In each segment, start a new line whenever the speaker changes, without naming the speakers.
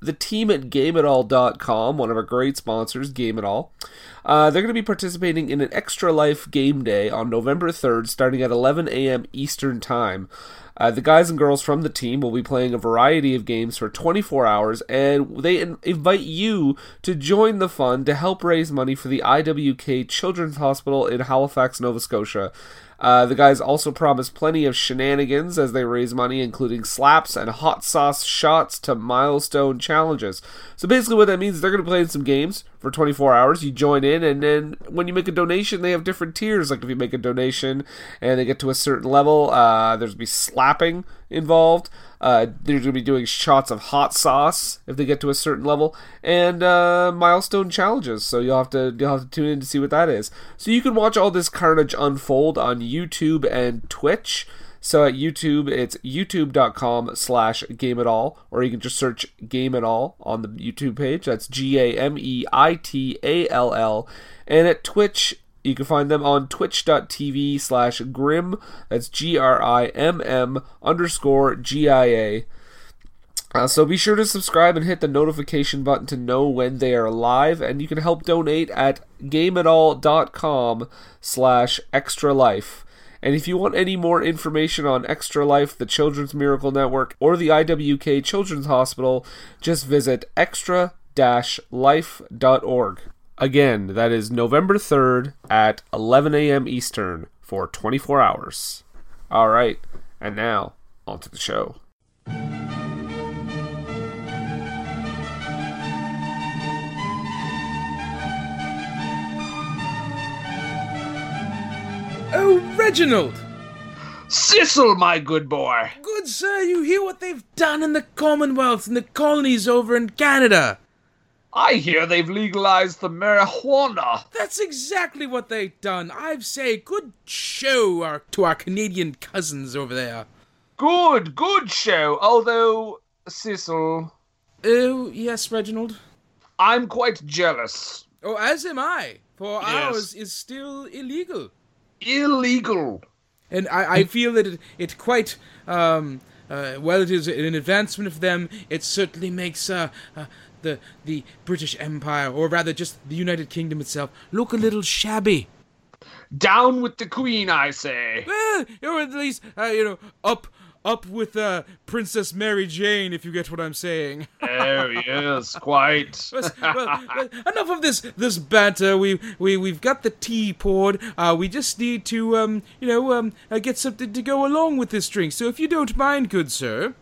the team at GameItAll.com, one of our great sponsors, Game It All. Uh, they're going to be participating in an Extra Life game day on November 3rd, starting at 11 a.m. Eastern Time. Uh, the guys and girls from the team will be playing a variety of games for 24 hours, and they in- invite you to join the fun to help raise money for the IWK Children's Hospital in Halifax, Nova Scotia. Uh, the guys also promise plenty of shenanigans as they raise money, including slaps and hot sauce shots to milestone challenges. So basically, what that means is they're going to play in some games for 24 hours. You join in, and then when you make a donation, they have different tiers. Like if you make a donation and they get to a certain level, uh, there's going to be slapping involved. Uh, they're going to be doing shots of hot sauce if they get to a certain level, and uh, milestone challenges. So you'll have to you'll have to tune in to see what that is. So you can watch all this carnage unfold on YouTube and Twitch. So at YouTube, it's youtube.com slash game at all, or you can just search game at all on the YouTube page. That's G A M E I T A L L. And at Twitch, you can find them on twitch.tv slash grim. That's G R I M M underscore G I A. Uh, so be sure to subscribe and hit the notification button to know when they are live, and you can help donate at gameatall.com slash extra life. And if you want any more information on Extra Life, the Children's Miracle Network, or the IWK Children's Hospital, just visit extra-life.org. Again, that is November 3rd at 11 a.m. Eastern for 24 hours. All right, and now on to the show.
Oh, Reginald!
Sissel, my good boy.
Good sir, you hear what they've done in the Commonwealth and the colonies over in Canada?
I hear they've legalized the marijuana.
That's exactly what they've done. I've say good show our, to our Canadian cousins over there.
Good, good show. Although, Sissel,
Oh, yes, Reginald.
I'm quite jealous.
Oh, as am I, for
Yes.
ours is still illegal.
Illegal.
And I, I feel that it, it quite, um, uh, while it is an advancement of them, it certainly makes uh, uh, the, the British Empire, or rather just the United Kingdom itself, look a little shabby.
Down with the Queen, I say.
Well, or Eh, at least, uh, you know, up up with uh, Princess Mary Jane, if you get what I'm saying.
oh, yes, quite.
Well, well, enough of this this banter. We we we've got the tea poured. Uh, we just need to um you know um uh, get something to go along with this drink. So if you don't mind, good sir.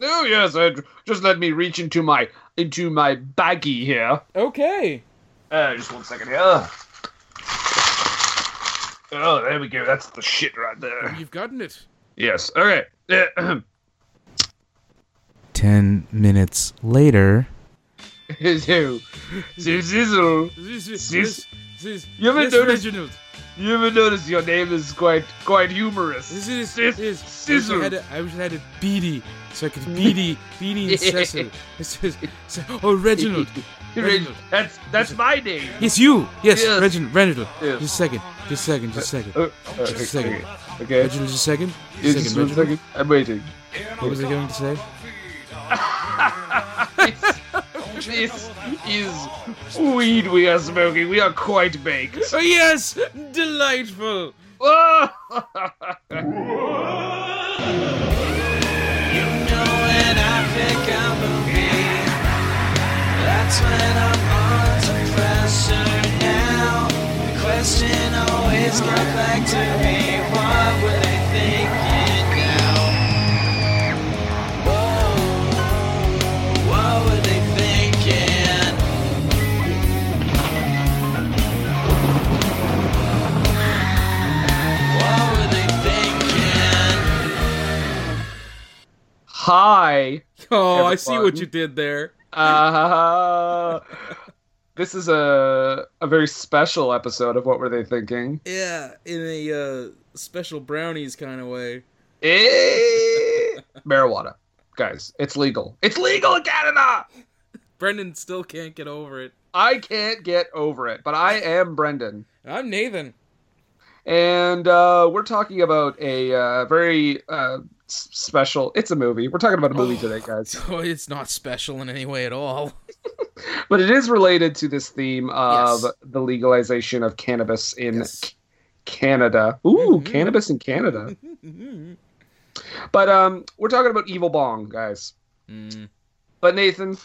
Oh, yes, uh, just let me reach into my into my baggie here.
Okay.
Uh, just one second here. Oh, there we go. That's the shit right there.
You've gotten it.
Yes. Okay. Uh,
Ten minutes later.
so, Sizzle,
This
Sis-
this this
You haven't
this
noticed-
Reginald.
you ever notice your name is quite quite humorous?
This is
Sis-
this is I
sizzle.
wish I had a, I wish I had a beady so I could beady beady and Cecil. This is Ce- oh Reginald. Reginald.
That's that's my name.
Yes, you. Yes, Uh,
Yes.
Reginald. Reginald.
Yes.
Just a second. Just a second. Just a second.
Oh,
Just a second.
okay. Okay.
Reginald, just a second.
Yes,
Just a
just
second,
one
Reginald.
second. I'm waiting.
What was I going to say?
This is weed we are smoking. We are quite baked.
Oh yes, delightful.
That's when I'm under pressure now. The question always comes back to me: What were they thinking now? Whoa, what were they thinking? What were they thinking?
Hi.
Oh, I see what
Everyone.
you did there.
Uh, this is a a very special episode of What Were They Thinking?
Yeah, in a uh, special brownies kind of way.
Eh, marijuana, guys. It's legal. It's legal in Canada.
Brendan still can't get over it.
I can't get over it, but I am Brendan.
I'm Nathan.
and uh, we're talking about a uh, very uh, s- special. It's a movie. We're talking about a movie today, guys.
So Oh, it's not special in any way at all.
But it is related to this theme of
Yes.
the legalization of cannabis in
Yes. Mm-hmm.
C- Canada. Ooh, cannabis in Canada. But um, we're talking about Evil Bong, guys.
Mm.
But Nathan,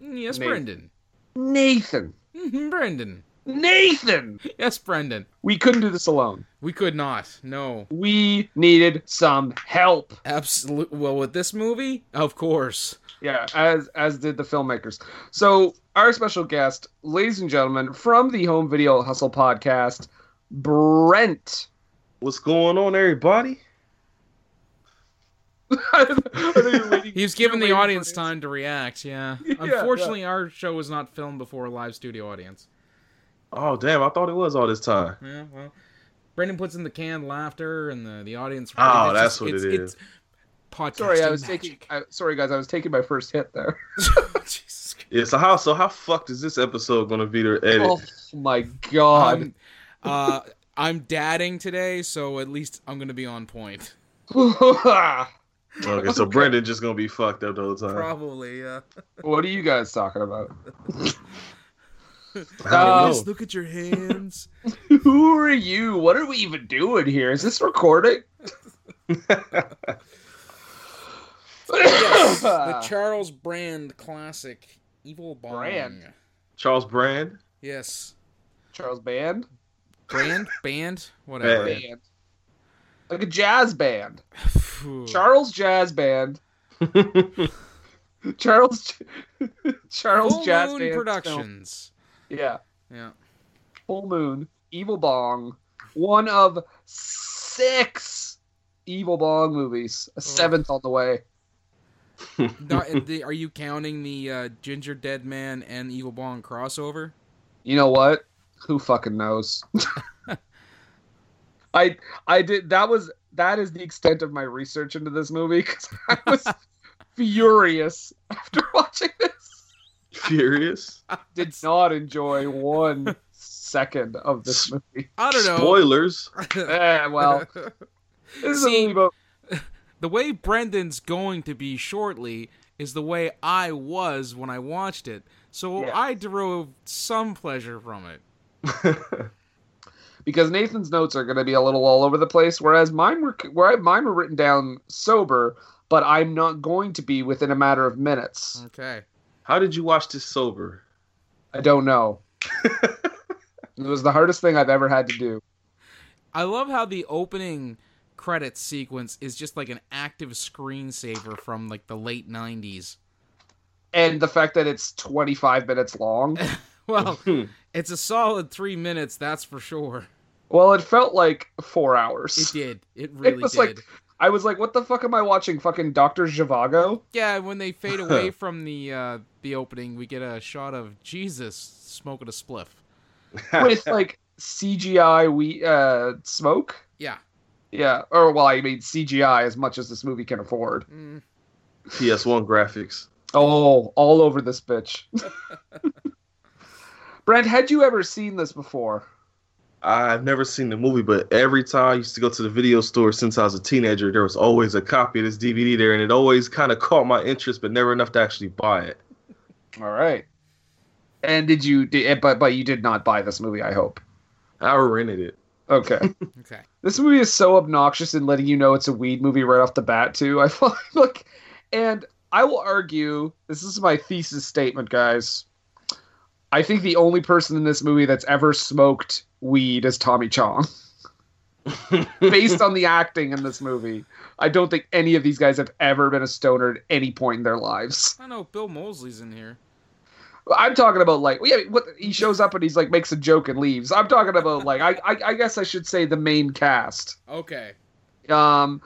Yes,
Nate.
Brendan.
Nathan,
Mhm, Brendan.
Nathan,
Yes, Brendan.
we couldn't do this alone.
We could not. No.
We needed some help.
Absolute. Well, with this movie, of course.
Yeah, as as did the filmmakers. So our special guest, ladies and gentlemen, from the Home Video Hustle podcast, Brent.
What's going on, everybody?
I thought you were waiting-
He was giving
You're
the
waiting for
audience
it.
time to react. Yeah.
Yeah,
Unfortunately, our show was not filmed before a live studio audience.
Oh damn, I thought it was all this time.
Yeah. Well, Brendan puts in the canned laughter and the the audience.
Oh,
it's
that's
just-
what
it's,
it
It's podcasting
Sorry, I was taking.
magic.
I, sorry, guys, I was taking my first hit there.
Jesus. Christ.
Yeah, so how so how fucked is this episode gonna be to edit?
Oh my god!
Um, uh, I'm dadding today, so at least I'm gonna be on point.
what
okay, so Brendan just gonna be fucked up the whole time.
Probably. Yeah.
are you guys talking about?
I don't know.
look at your hands.
Who are you? What are we even doing here? Is this recording? Uh,
the Charles Brand classic, Evil Bong.
Brand.
Charles Brand.
Yes.
Charles Band?
Brand, band, whatever.
Band.
Band. Like a jazz band.
Phew.
Charles Jazz Band. Charles Charles
Full
Jazz
Moon
Band
Productions.
film. Yeah.
Yeah.
Full Moon, Evil Bong, one of six Evil Bong movies, a seventh on the way.
Not, the, are you counting the uh, Ginger Dead Man and Evil Bong crossover?
You know what? Who fucking knows? I I did that was that is the extent of my research into this movie because I was furious after watching this.
Furious.
Did not enjoy one second of this movie.
I don't know.
Spoilers.
Eh, well, this is a
See-
movie about
the way Brendan's going to be shortly is the way I was when I watched it, so
Yeah.
I derived some pleasure from it.
because Nathan's notes are going to be a little all over the place, whereas mine were where mine were written down sober, but I'm not going to be within a matter of minutes.
Okay.
How did you watch this sober?
I don't know. it was the hardest thing I've ever had to do.
I love how the opening credits sequence is just like an active screensaver from like the late 90s.
and the fact that it's 25 minutes long
Well, it's a solid 3 minutes, that's for sure.
well it felt like four
It
hours
did. It really
was
did.
like- i was like what the fuck am i watching fucking dr zhivago
Yeah, when they fade away from the uh the opening, we get a shot of Jesus smoking a spliff.
with like cgi we uh smoke
Yeah.
yeah or well i mean cgi as much as this movie can afford
Mm.
PS1 graphics.
oh all over this bitch brent had you ever seen this before
I've never seen the movie, but every time I used to go to the video store since I was a teenager, there was always a copy of this DVD there, and it always kind of caught my interest, but never enough to actually buy it.
all right and did you did, but but you did not buy this movie i hope
I rented it.
okay
Okay.
This movie is so obnoxious in letting you know it's a weed movie right off the bat, too. I find like, and I will argue this is my thesis statement, guys. I think the only person in this movie that's ever smoked weed is Tommy Chong. Based on the acting in this movie, I don't think any of these guys have ever been a stoner at any point in their lives.
I know Bill Mosley's in here.
I'm talking about like, yeah, what he shows up and he's like makes a joke and leaves. I'm talking about like, I, I, I guess I should say the main cast.
Okay.
um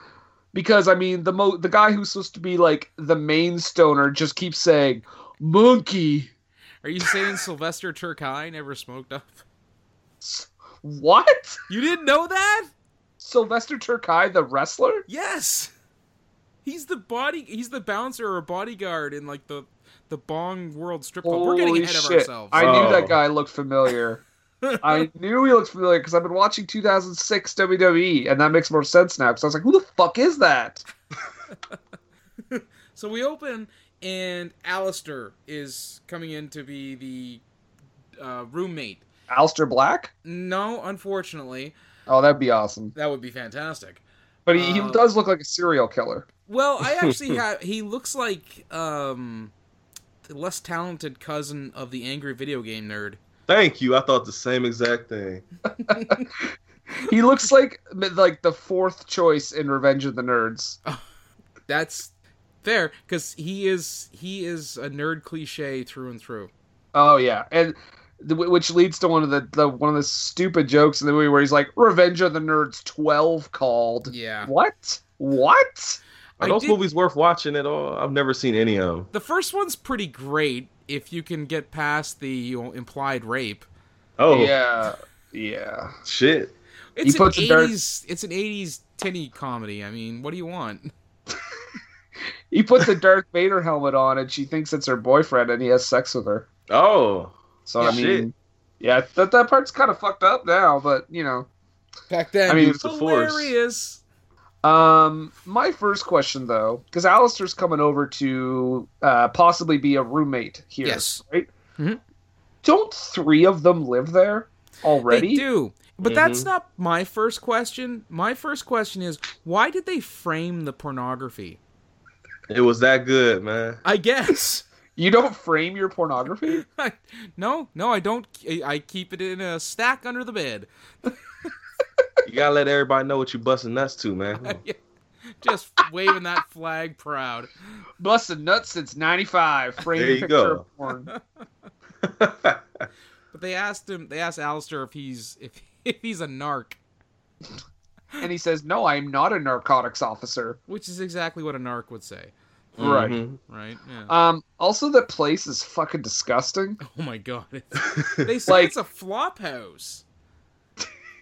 because i mean the mo the guy who's supposed to be like the main stoner just keeps saying monkey
Are you saying Sylvester Turkai never smoked up?
what
You didn't know that?
sylvester turkai the wrestler
Yes. He's the body. He's the bouncer or bodyguard in like the the Bong World Strip Club. We're getting
Holy
ahead
shit.
of ourselves.
i
Oh.
knew that guy looked familiar I knew he looked familiar because I've been watching 2006 WWE, E, and that makes more sense now. Because I was like, who the fuck is that?
So we open, and Alistair is coming in to be the uh, roommate.
Alistair Black?
No, unfortunately,
Oh, that'd be awesome.
that would be fantastic.
But he,
Uh,
he does look like a serial killer.
Well, I actually have. He looks like um, the less talented cousin of the angry video game nerd.
Thank you. I thought the same exact thing.
He looks like like the fourth choice in Revenge of the Nerds.
That's fair because he is he is a nerd cliche through and through.
Oh yeah, and the, which leads to one of the, the one of the stupid jokes in the movie where he's like, "Revenge of the Nerds 12 called."
Yeah.
What? What?
I
Are those
did-
movies worth watching at all? I've never seen any of them.
The first one's pretty great if you can get past the you know, implied rape.
Oh
Yeah. Yeah.
shit!
It's an
puts a dark-
eighties. It's an eighties tinny comedy. I mean, what do you want?
He puts the Darth Vader helmet on, and she thinks it's her boyfriend, and he has sex with her.
Oh,
So I
Yeah,
mean,
shit.
yeah, that that part's kind of fucked up now, but you know.
Back then,
I mean,
it's the force.
hilarious.
Um, my first question though, because Alistair's coming over to uh, possibly be a roommate here,
Yes.
right?
Mhm.
Don't three of them live there already?
They do.
Mm-hmm.
But that's not my first question. My first question is why did they frame the pornography?
it was that good, man.
I guess.
You don't frame your pornography?
no, no, I don't. I- I keep it in a stack under the bed.
You gotta let everybody know what you busting nuts to, man.
Just waving that flag proud.
Busted nuts since '95. Frame
There you
picture
go.
of porn.
But they asked him. They asked Alistair if he's if if he's a narc,
and he says, "No, I am not a narcotics officer."
which is exactly what a narc would say,
Right.
Mhm.
right? Yeah.
Um. Also, the place is fucking disgusting.
Oh my god. It's- they say
Like-
it's a flop house.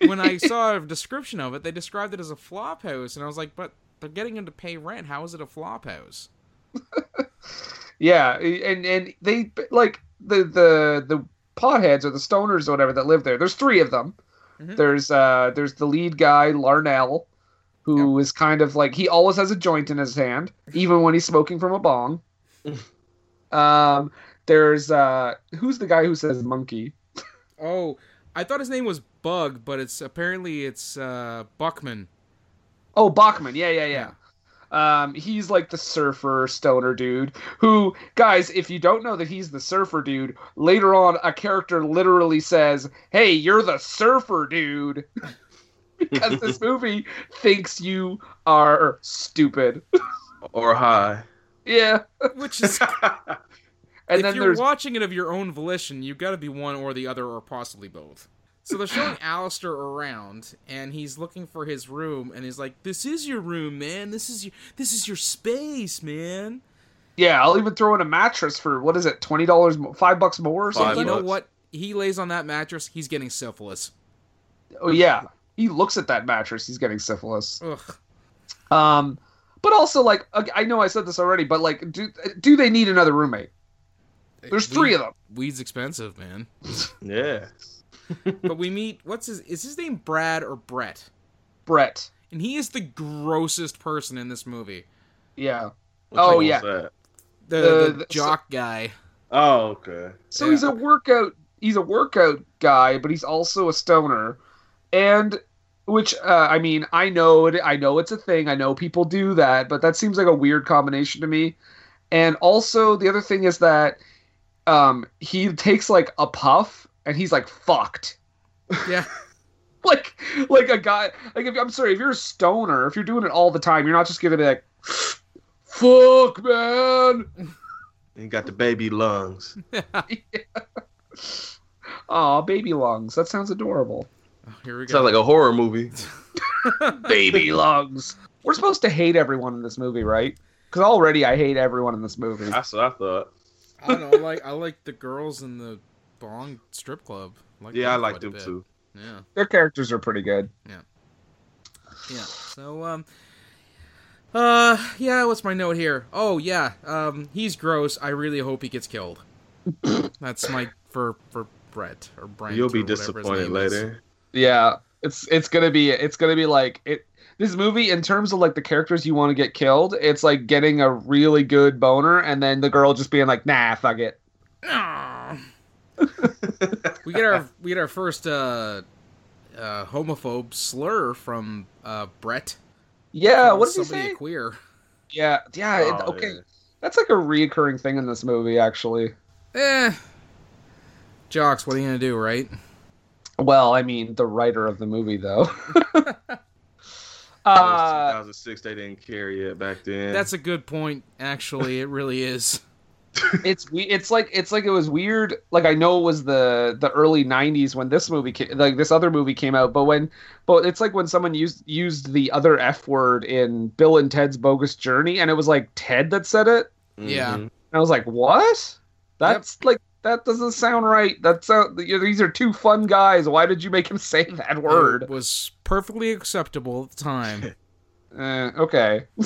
When I saw a description of it, they described it as a flop house, and I was like, but they're getting him to pay rent. How is it a flop house?
Yeah, and and they like the the the potheads or the stoners or whatever that live there. There's three of them.
Mhm.
There's uh there's the lead guy Larnell, who is kind of like he always has a joint in his hand, even when he's smoking from a bong. um, there's uh who's the guy who says monkey?
Oh, I thought his name was Bug, but it's apparently it's uh, Buckman.
Oh, Bachman. Yeah, yeah, yeah. Um, he's like the surfer stoner dude. Who, guys, if you don't know that he's the surfer dude, later on a character literally says, "Hey, you're the surfer dude," because this movie thinks you are stupid.
Or high.
yeah.
Which is,
And
if
then
you're
there's
watching it of your own volition, you've got to be one or the other, or possibly both. So they're showing Alistair around, and he's looking for his room, and he's like, "This is your room, man. This is your this is your space, man."
yeah. I'll even throw in a mattress for what is it? Twenty dollars, five bucks more. Or
Five
you
something?
know
bucks.
what? He lays on that mattress. He's getting syphilis.
Oh yeah. He looks at that mattress. He's getting syphilis.
Ugh.
Um, but also like okay, I know I said this already, but like do do they need another roommate? There's three of them.
Weed's expensive, man.
Yeah.
but we meet. What's his? Is his name Brad or Brett?
Brett.
And he is the grossest person in this movie.
Yeah.
Which
Oh,
one
yeah.
was that?
The,
Uh,
the
the-
jock guy.
Oh okay.
So
Yeah.
he's a workout he's a workout guy, but he's also a stoner. And which uh, I mean, I know it I know it's a thing. I know people do that, but that seems like a weird combination to me. And also the other thing is that um he takes like a puff and he's like fucked.
Yeah.
like like a guy like if, i'm sorry if you're a stoner if you're doing it all the time you're not just gonna be like fuck man
You got the baby lungs.
Aw, baby lungs that sounds adorable
Oh, here we go.
Sounds like a horror movie.
baby lungs we're supposed to hate everyone in this movie right because already i hate everyone in this movie
That's what I thought.
I don't know. I like I like the girls in the bong strip club. like
Yeah, I
them
liked
quite a
them
bit.
too.
Yeah.
their characters are pretty good
Yeah. So um uh yeah, what's my note here? Oh yeah. Um he's gross. I really hope he gets killed. That's my for for Brett or Brent.
You'll be
or whatever his
disappointed
name is.
later.
Yeah, it's it's gonna be it's gonna be like it. This movie, in terms of like the characters you want to get killed, it's like getting a really good boner and then the girl just being like, "Nah, fuck it."
Aw. we get our we get our first uh, uh, homophobe slur from uh, Brett.
Yeah,
Calling
what did he
somebody
say?
A queer.
Yeah, yeah. it-
Oh,
okay,
yeah.
that's like a reoccurring thing in this movie, actually.
Eh. Jocks, what are you gonna do, right?
Well, I mean, the writer of the movie, though.
That
uh,
was 2006. They didn't care yet back then.
That's a good point. Actually, it really is.
it's we it's like it's like it was weird like i know it was the the early 90s when this movie ca- like this other movie came out but when but it's like when someone used used the other f word in bill and ted's bogus journey and it was like ted that said it
yeah.
Mhm.
and i was like what that's like that doesn't sound right that's uh, these are two fun guys why did you make him say that
It
word
was perfectly acceptable at the time.
uh, okay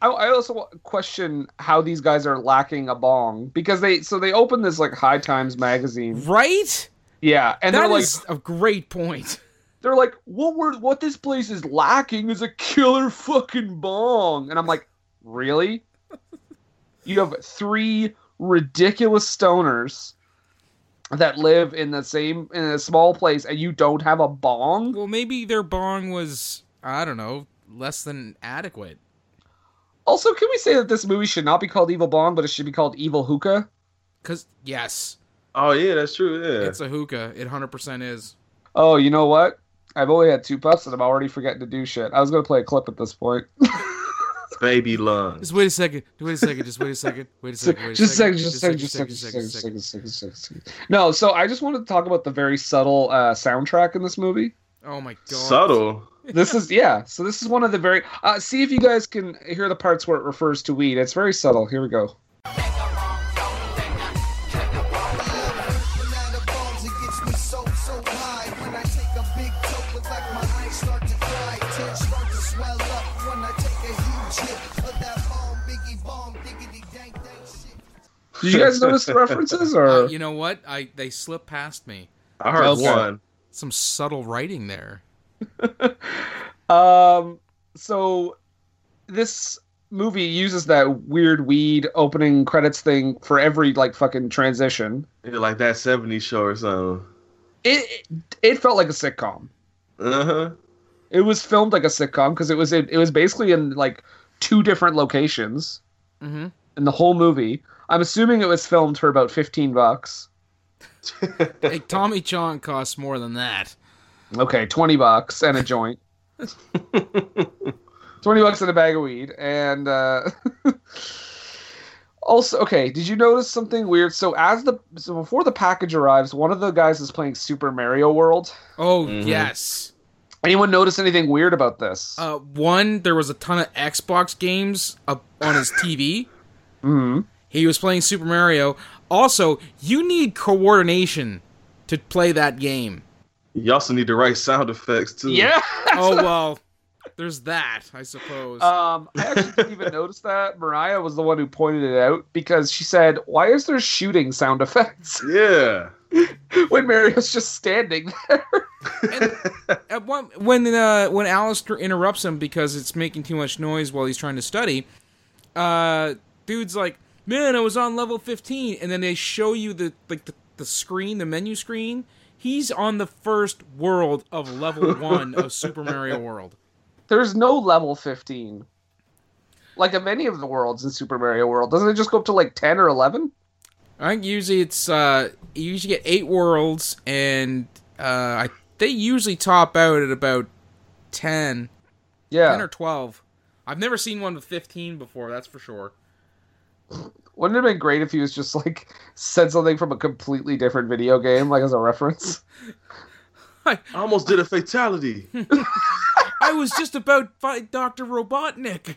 I, I also wa- question how these guys are lacking a bong because they so they open this like high times magazine
right?
yeah and
That
they're like
is a great point.
they're like, what we're what this place is lacking is a killer fucking bong. And I'm like, really? You have three ridiculous stoners that live in the same in a small place and you don't have a bong?
Well, maybe their bong was I don't know less than adequate.
Also, can we say that this movie should not be called Evil Bong, but it should be called Evil Hookah?
Cause yes,
Oh yeah, that's true. Yeah.
it's a hookah. It hundred percent is.
Oh, you know what? I've only had two puffs and I'm already forgetting to do shit. I was gonna play a clip at this point.
Baby lung.
Just wait a second. Wait a second. Just wait a second. Wait a second. Wait a
just a
second.
second, just a second, just a second, just a second, just a second, just a second, just a second. No, so I just wanted to talk about the very subtle uh, soundtrack in this movie.
Oh my god.
Subtle.
This is yeah. So this is one of the very. Uh, see if you guys can hear the parts where it refers to weed. It's very subtle. Here we go.
Now the bones, it gets me so, so high. When I take a big toke, it's like my eyes start to cry. Tears start to swell up when I take a huge hit of that bomb, biggie bomb, diggity dank dank shit.
Did you guys notice the references
Uh,
or?
you know what? I they slipped past me.
I heard
Okay.
one.
Some subtle writing there.
Um. So this movie uses that weird weed opening credits thing for every like fucking transition.
Yeah, like that 70s show or something.
It it felt like a sitcom.
Uh huh.
It was filmed like a sitcom because it was in, it was basically in like two different locations
Mm-hmm.
in the whole movie. I'm assuming it was filmed for about 15 bucks.
Hey, Tommy Chong costs more than that.
Okay, 20 bucks and a joint. 20 bucks and a bag of weed and uh Also, okay. Did you notice something weird? So, as the so before the package arrives, one of the guys is playing Super Mario World.
Oh
Mhm.
yes.
Anyone notice anything weird about this?
Uh, one there was a ton of Xbox games up on his TV.
hmm
He was playing Super Mario. Also, you need coordination to play that game.
You also need the right sound effects too.
Yeah.
Oh well, there's that, I suppose.
Um, I actually didn't even notice that. Mariah was the one who pointed it out because she said, "Why is there shooting sound effects
Yeah.
when Mario's just standing?"
At one, when uh, when Alistair interrupts him because it's making too much noise while he's trying to study, uh, dude's like, "Man, I was on level 15," and then they show you the like the, the screen, the menu screen. He's on the first world of level one of Super Mario World.
There's no level fifteen, like of any of the worlds in Super Mario World. Doesn't it just go up to like ten or eleven?
I think usually it's uh you usually get eight worlds and uh I, they usually top out at about 10, 10
Yeah.
or twelve. I've never seen one with fifteen before, that's for sure.
Wouldn't it have been great if he was just like said something from a completely different video game, like as a reference?
I almost did a fatality.
I was just about fight Doctor Robotnik.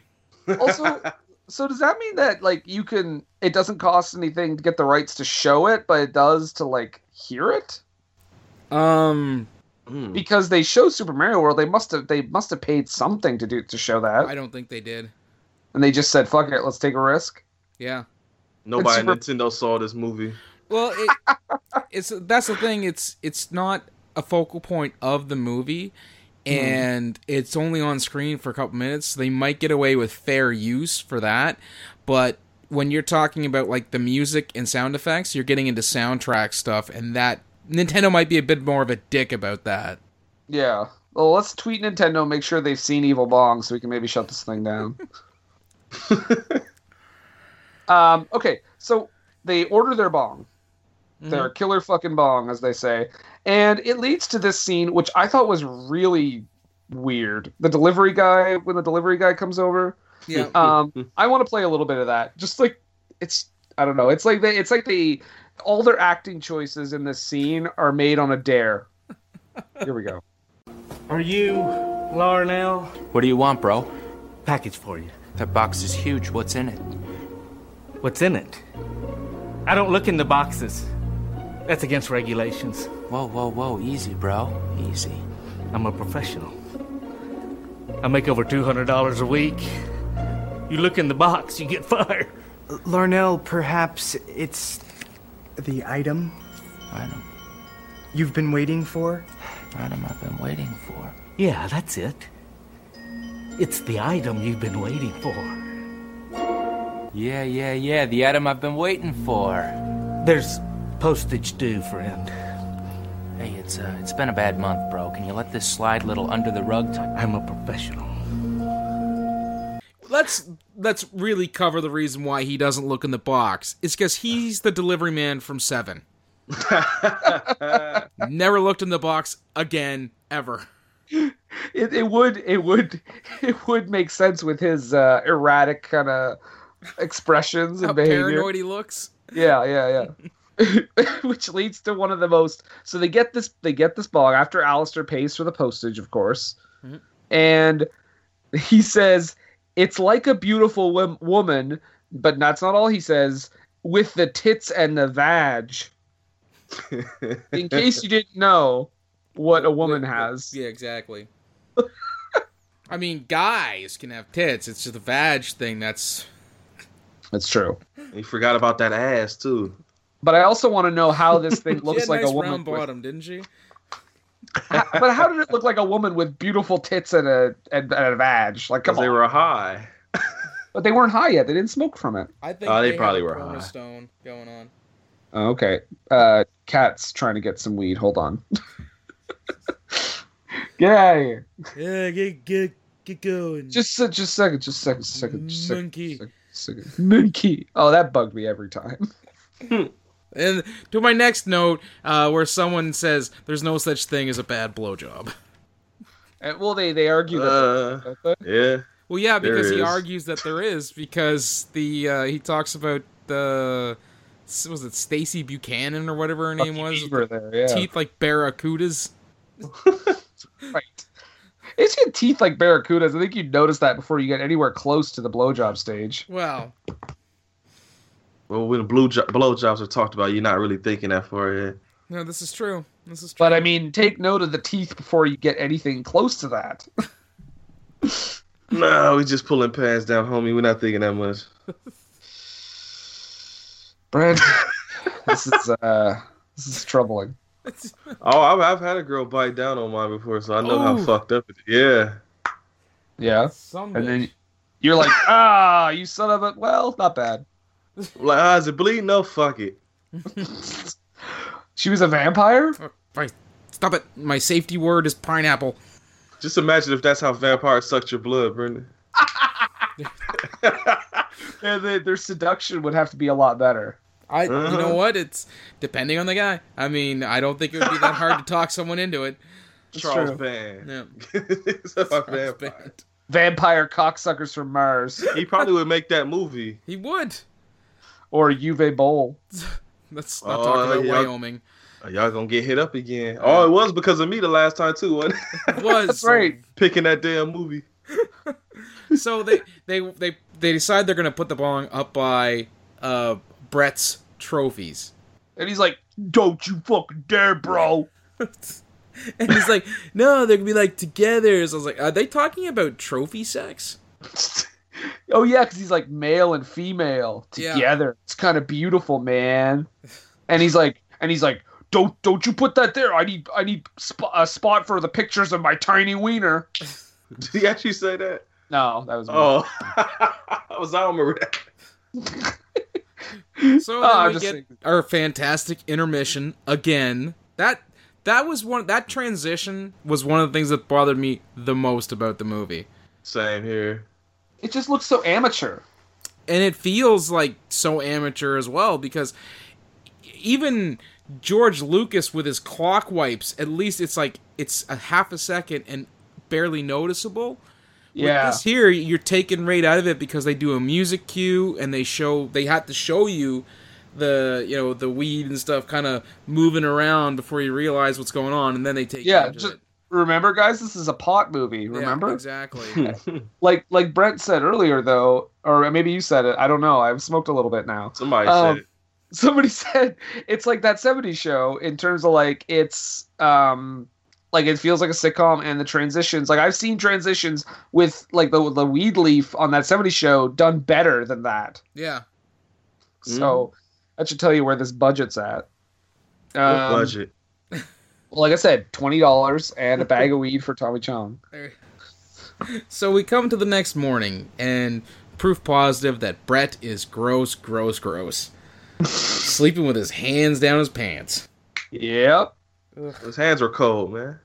Also. So does that mean that like you can it doesn't cost anything to get the rights to show it, but it does to like hear it?
Um,
Mm.
because they show Super Mario World, they must have they must have paid something to do to show
I
that,
don't think they did.
and they just said, "Fuck it, let's take a risk."
Yeah.
Nobody at
Super-
Nintendo saw this movie.
Well, it it's that's the thing. It's it's not a focal point of the movie, and it's only on screen for a couple minutes. They might get away with fair use for that, but when you're talking about like the music and sound effects, you're getting into soundtrack stuff, and that Nintendo might be a bit more of a dick about that.
Yeah. Well, let's tweet Nintendo, make sure they've seen Evil Bong, so we can maybe shut this thing down. um, okay, so they order their bong, their killer fucking bong, as they say, and it leads to this scene, which I thought was really weird. The delivery guy, when the delivery guy comes over,
Yeah.
um, I want to play a little bit of that. Just like it's, I don't know. It's like they, it's like the all their acting choices in this scene are made on a dare. Here we go.
Are you Larnell?
What do you want, bro?
Package for you.
That box is huge. What's in it?
What's in it? I don't look in the boxes. That's against regulations.
Whoa, whoa, whoa. Easy, bro. Easy.
I'm a professional. I make over $200 a week. You look in the box, you get fired.
Larnell, perhaps it's the item
Item.
you've been waiting for?
Item I've been waiting for.
Yeah, that's it. It's the item you've been waiting for.
Yeah, yeah, yeah. The item I've been waiting for.
There's postage due, friend.
Hey, it's uh, it's been a bad month, bro. Can you let this slide little under the rug? T-
I'm a professional.
let's let's really cover the reason why he doesn't look in the box. It's because he's the delivery man from Seven. Never looked in the box again ever.
It, it would it would it would make sense with his uh, erratic kind of expressions and
How
behavior.
paranoid he looks.
Yeah, yeah, yeah. Which leads to one of the most. So they get this. They get this bong after Alistair pays for the postage, of course,
Mm-hmm.
and he says it's like a beautiful wom- woman, but that's not all he says. With the tits and the vag. In case you didn't know what a woman has.
Yeah, exactly. I mean, guys can have tits. It's just the vag thing that's
That's true.
He forgot about that ass too.
But I also want to know how this thing
she
looks
had
like
nice
a woman.
round
with-
bottom, didn't she?
How- but how did it look like a woman with beautiful tits and a and, and a vag? Like, come
Cause
on.
they were high.
but they weren't high yet. They didn't smoke from it.
I think
Oh, they
had
probably
a
were
corner
high.
stone going on.
Oh, okay. Uh, cat's trying to get some weed. Hold on. get out of here.
Yeah, get get get going.
Just a, just a second. Just a second. Just a second. Just a second.
Monkey.
Just a second. Monkey. Oh, that bugged me every time.
And to my next note, uh, where someone says there's no such thing as a bad blowjob.
And, well, they they argue that.
Uh,
don't they?
yeah.
Well, yeah,
There
because he
is.
argues that there is because the uh, he talks about the s- was it Stacy Buchanan or whatever her name
Fucking
was
Bieber there. Yeah.
teeth like barracudas.
Right. It's your teeth like barracudas. I think you'd notice that before you get anywhere close to the blowjob stage.
Well,
Well, when blue jo- blowjobs are talked about, you're not really thinking that far ahead.
no, this is true. This is true.
But I mean, take note of the teeth before you get anything close to that.
No, we just pulling pants down, homie. We're not thinking that much.
Brad, this is uh, this is troubling.
Oh, I've, I've had a girl bite down on mine before, so I know
Ooh.
Oh.
how fucked up it is. Yeah.
Yeah.
Some
And
bitch.
then you're like, ah, you son of a. Well, not bad.
Like, ah, is it bleeding? No, fuck it.
She was a vampire.
Oh, right. stop it. My safety word is pineapple.
Just imagine if that's how vampires sucked your blood, Brendan.
And the, their seduction would have to be a lot better.
I
Uh-huh.
you know what? It's depending on the guy. I mean, I don't think it would be that hard to talk someone into it.
Charles
true.
Band.
Yeah.
He's a vampire.
Vampire cocksuckers from Mars
He probably would make that movie.
He would.
or Juve Bowl.
Let's not
Oh,
talk about
yeah.
Wyoming.
Are y'all gonna get hit up again? Oh, it was because of me the last time too. Wasn't it?
It was
That's right.
Picking that damn movie.
so they they they they decide they're gonna put the bong up by uh Brett's trophies.
And he's like, "Don't you fucking dare, bro!"
And he's like, no, they're gonna be like together. So I was like, are they talking about trophy sex?
Oh yeah, because he's like male and female
Yeah.
together. It's kind of beautiful, man. And he's like, and he's like, don't don't you put that there. I need I need sp- a spot for the pictures of my tiny wiener.
Did he actually say that?
No, that was me.
Oh, I was I don't remember that.
So
Oh,
then we
I'm Oh, just
get
thinking.
our fantastic intermission again. That that was one that transition was one of the things that bothered me the most about the movie.
Same here.
It just looks so amateur.
And it feels like so amateur as well because even George Lucas with his clock wipes, at least it's like it's a half a second and barely noticeable.
Yeah.
This here, you're taken right out of it because they do a music cue and they show they have to show you the you know the weed and stuff kind of moving around before you realize what's going on, and then they take you
yeah,
into
just
it.
remember guys, this is a pot movie,
Yeah,
remember?
exactly.
Like like Brent said earlier though, or maybe you said it, I don't know. I've smoked a little bit now.
Somebody
Um,
said it.
somebody said it's like that 70s show in terms of like it's um like it feels like a sitcom and the transitions like i've seen transitions with like the, the weed leaf on that 70s show done better than that
yeah,
so that should tell you where this budget's at
Mm-hmm. What
um,
budget.
like i said $20 and a bag of weed for tommy chong
So we come to the next morning and proof positive that Brett is gross, gross, gross, sleeping with his hands down his pants.
yep
His hands were cold, man.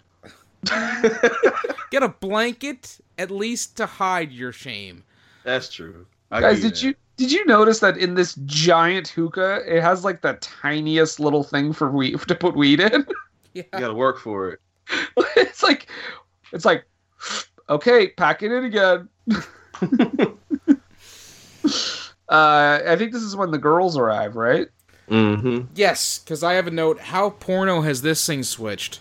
Get a blanket at least to hide your shame.
That's true. I
guys
give
did you did you notice that in this giant hookah it has like the tiniest little thing for weed to put weed in
that. You gotta work for it.
it's like it's like okay pack it in again uh i think this is when the girls arrive right
Mm-hmm.
Yes, because I have a note. How porno has this thing switched?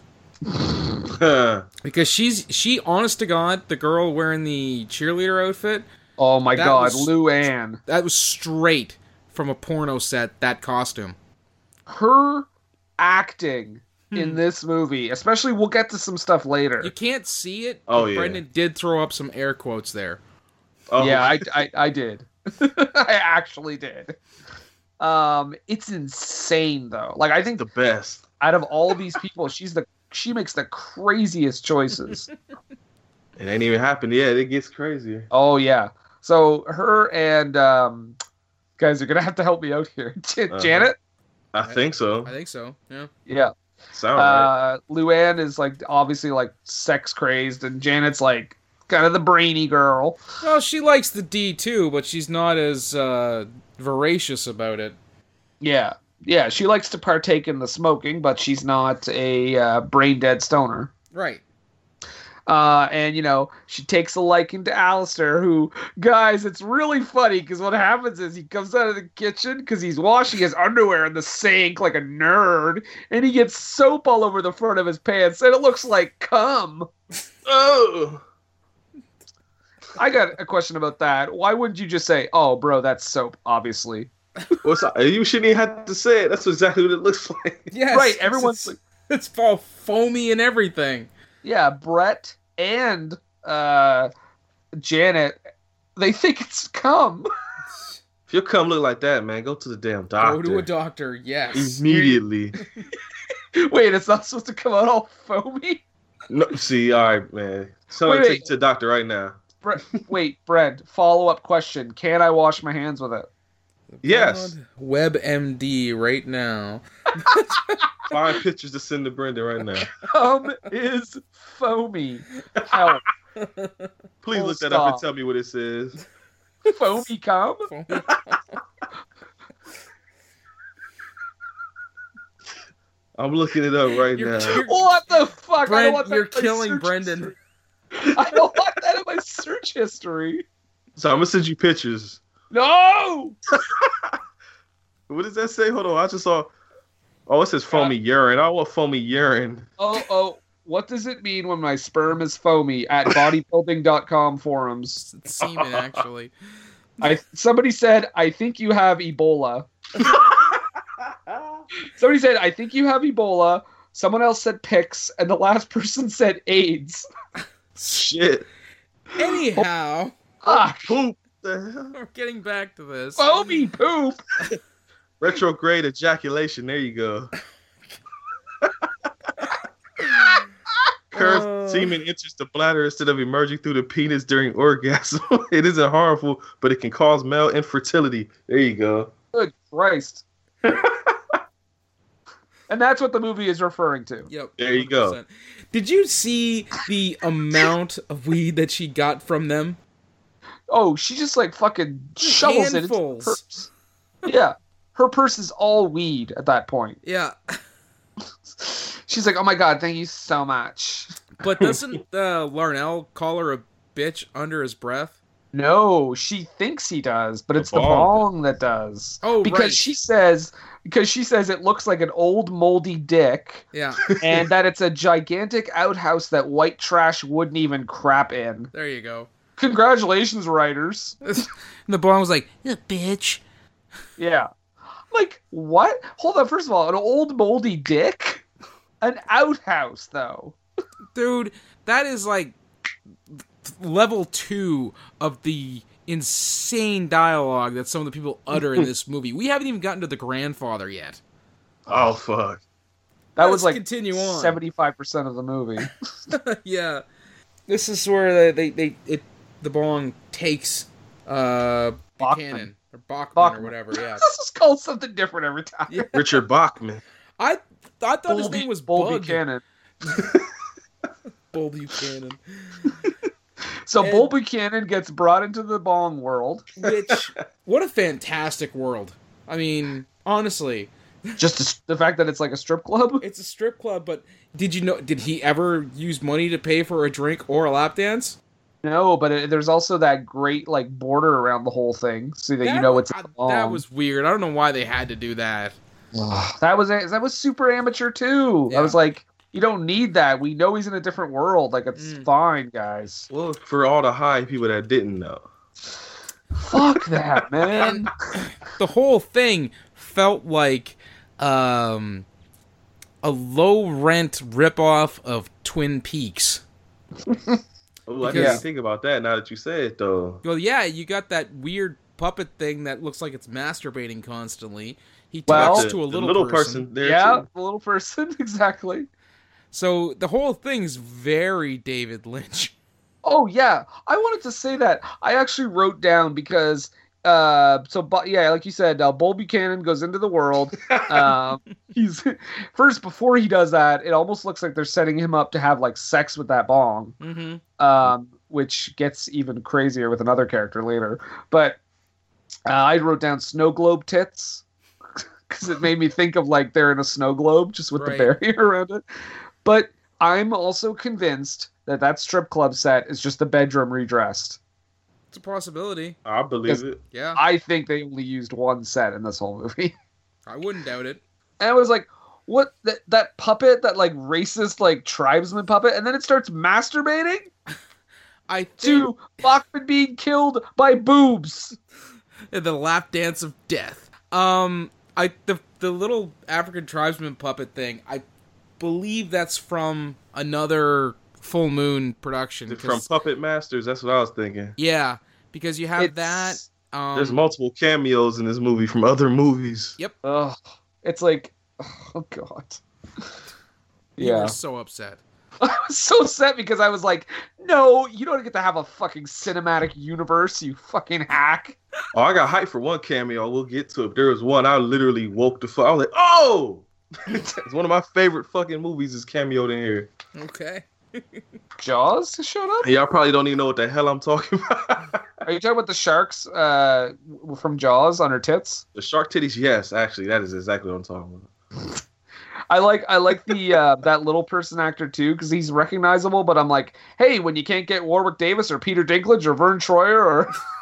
Oh,
Because she's she, honest to God, the girl wearing the cheerleader outfit
oh my
That
god
was-
lou ann
that was straight from a porno set. That costume.
her acting in this movie especially we'll get to some stuff later
Hmm. You can't see it.
Oh,
but
yeah.
Brendan did throw up some air quotes there.
oh,
yeah I, I i did i actually did um it's insane though like i think
the best.
out of all these people she's the she makes the craziest choices
It ain't even happened yet. It gets crazier.
Oh yeah. So her and um, guys are gonna have to help me out here. Jan-
Uh-huh.
Janet.
I think so.
I think so. Yeah.
Yeah.
Sound right.
Uh, Luann is like obviously like sex crazed, and Janet's like kind of the brainy girl.
Well, she likes the D too, but she's not as uh, voracious about it.
Yeah. Yeah. She likes to partake in the smoking, but she's not a uh, brain dead stoner.
Right.
Uh, and you know she takes a liking to Alistair, who guys, it's really funny because what happens is he comes out of the kitchen because he's washing his underwear in the sink like a nerd, and he gets soap all over the front of his pants, and it looks like cum.
Oh,
I got a question about that. Why wouldn't you just say, "Oh, bro, that's soap"? Obviously,
what's you shouldn't even have to say it. That's exactly what it looks like.
Yes.
Right,
it's-
everyone's
it's, it's all foamy and everything.
yeah. Brett and uh, Janet, they think it's cum.
If your cum look like that, man, go to the damn
Go
doctor
to a doctor. Yes.
immediately.
Wait, it's not supposed to come out all foamy.
no, see, all right, man. Somebody
Wait,
take you to the doctor right now.
Bre- wait, Brent, follow up question. Can I wash my hands with it?
Yes,
WebMD right now.
find pictures to send to Brenda right now.
Cum is foamy. Help.
Please
Full
look that up and
stop.
tell me what it says.
Foamy cum?
I'm looking it up right
You're-
now.
you're-
What the fuck? I don't
Brent,
want that
you're
in my
killing
search
Brendan.
history. I don't want that in my search history.
So I'm gonna send you pictures.
No!
What does that say? Hold on, I just saw. Oh, it says foamy urine. I want foamy urine.
Oh, oh. What does it mean when my sperm is foamy at bodybuilding.com forums?
It's semen, actually.
I somebody said, I think you have Ebola. somebody said, I think you have Ebola. Someone else said pics, and the last person said AIDS.
Shit.
Anyhow,
Ah,
Poop. The hell?
we're getting back to this.
foamy poop.
Retrograde ejaculation. There you go. Curved semen enters the bladder instead of emerging through the penis during orgasm. it isn't harmful, but it can cause male infertility. There you go.
Good Christ. and that's what the movie is referring to.
Yep.
There you go.
100%. Did you see the amount of weed that she got from them?
Oh, she just like fucking shovels it into her
Handfuls.
purse. yeah. Her purse is all weed at that point.
Yeah.
She's like, oh my god, thank you so much.
But doesn't uh, Larnell call her a bitch under his breath?
No, she thinks he does, but it's the
bong.
bong that does.
Oh,
because
right.
she says because she says it looks like an old moldy dick
Yeah.
and that it's a gigantic outhouse that white trash wouldn't even crap in.
There you go.
Congratulations, writers.
and the blonde was like, "Yeah, bitch.
Yeah. Like, what? Hold on, first of all, an old moldy dick? An outhouse though.
Dude, that is like level two of the insane dialogue that some of the people utter in this movie. We haven't even gotten to the grandfather yet.
Oh fuck.
That
Let's
was like
continue on.
seventy-five percent of the movie.
yeah. This is where they, they, they it the bong takes uh
Bachman.
Buchanan or Bachman,
Bachman.
or whatever, yeah.
this is called something different every time.
Yeah.
Richard Bachman.
I I thought his
Bull
name was
Bull
Bug.
Buchanan.
Bull Buchanan.
So
And-
Bull Buchanan gets brought into the bong world
Which what a fantastic world. I mean, honestly,
just to- the fact that it's like a strip club.
it's a strip club, but did you know did he ever use money to pay for a drink or a lap dance?
No, but it, there's also that great like border around the whole thing, so that, you know it's a
I-
bong.
that was weird. I don't know why they had to do that.
that was that was super amateur too.
Yeah.
I was like, you don't need that. We know he's in a different world. Like it's
Mm.
fine, guys.
Well, for all the high people that didn't know.
Fuck that, man.
And the whole thing felt like um, a low rent ripoff of Twin Peaks.
Oh, I didn't
Yeah.
even think about that now that you said it though.
Well, yeah, you got that weird puppet thing that looks like it's masturbating constantly. He
Well-
talks
The-
to a
the
little,
person. there
yeah,
too.
the little person exactly.
So the whole thing's very David Lynch.
Oh yeah, I wanted to say that. I actually wrote down because uh so but yeah, like you said, uh, Bull Buchanan goes into the world. Um he's first before he does that, it almost looks like they're setting him up to have like sex with that bong,
Mm-hmm.
um which gets even crazier with another character later. But uh, I wrote down snow globe tits because it made me think of like they're in a snow globe just with the
Right.
barrier around it. But I'm also convinced that that strip club set is just the bedroom redressed.
It's a possibility.
I believe it.
Yeah,
I think they only used one set in this whole movie.
I wouldn't doubt it.
And I was like, what that, that puppet, that like racist like tribesman puppet, and then it starts masturbating
I think
to Bachman being killed by boobs.
the lap dance of death. Um, I the the little African tribesman puppet thing. I believe that's from another Full Moon production.
From
'cause-
Puppet Masters, that's what I was thinking.
yeah, because you have that.
It's-
Um,
There's multiple cameos in this movie from other movies.
Ugh. It's like, oh god.
you were
Yeah,
so upset.
I was so upset because I was like, "No, you don't get to have a fucking cinematic universe, you fucking hack."
Oh, I got hyped for one cameo. We'll get to it. There was one I literally woke the fuck. I was like, oh, it's one of my favorite fucking movies is cameoed in here.
Okay.
Jaws showed up.
And y'all probably don't even know what the hell I'm talking about.
Are you talking about the sharks uh, w- from Jaws on her tits?
the shark titties, yes, actually, that is exactly what I'm talking about.
I like I like the uh, that little person actor too because he's recognizable. But I'm like, hey, when you can't get Warwick Davis or Peter Dinklage or Vern Troyer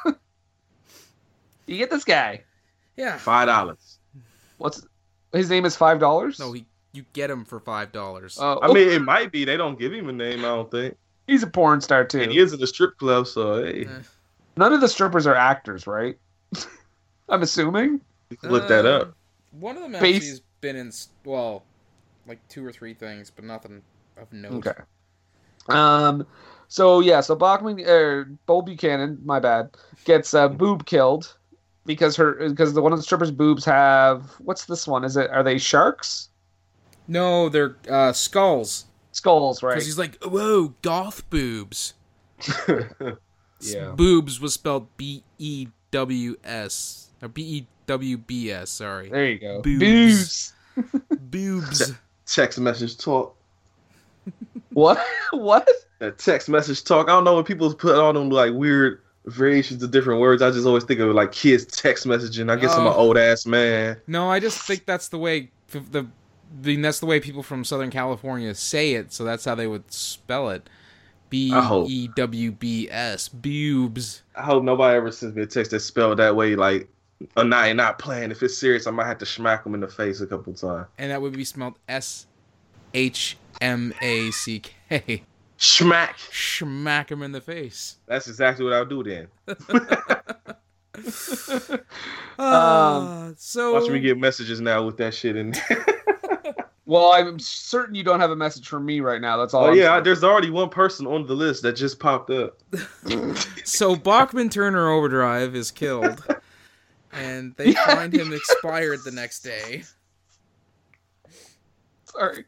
or you get this guy.
Yeah.
Five dollars.
What's his name is five dollars?
No, he, you get him for five dollars.
Oh,
I mean, it might be. They don't give him a name, I don't think.
he's a porn star too.
And he is in a strip club, so hey,
Yeah.
None of the strippers are actors, right? I'm assuming.
you can look that up.
One of them actually
Base-
has been in s- well, like two or three things, but nothing of note.
Okay. Um. So yeah. So Bachman or Bull Buchanan, my bad, gets uh, boob killed because her because the one of the strippers' boobs have what's this one? Is it are they sharks?
No, they're uh, skulls.
Skulls, right?
because he's like, whoa, goth boobs.
yeah.
Boobs was spelled B E W S or B E W B S. Sorry,
There you go.
Boobs.
Boobs.
boobs.
Text message talk.
What? What?
That text message talk. I don't know when people put on them like weird variations of different words. I just always think of like kids text messaging. I guess I'm an
Oh.
old ass man.
No, I just think that's the way f- the. the that's the way people from Southern California say it, so that's how they would spell it. B
I hope.
E W B S boobs.
I hope nobody ever sends me a text that's spelled that way. Like, I'm not, I'm not playing. If it's serious, I might have to smack them in the face a couple times.
and that would be spelled S H M A C K.
Smack.
Smack him in the face.
That's exactly what I'll do then.
Ah, so
Um, Watch me get messages now with that shit in.
Well, I'm certain you don't have a message for me right now. That's all.
oh
I'm
yeah,
saying.
there's already one person on the list that just popped up.
so Bachman Turner Overdrive is killed, and they find him expired the next day.
Sorry.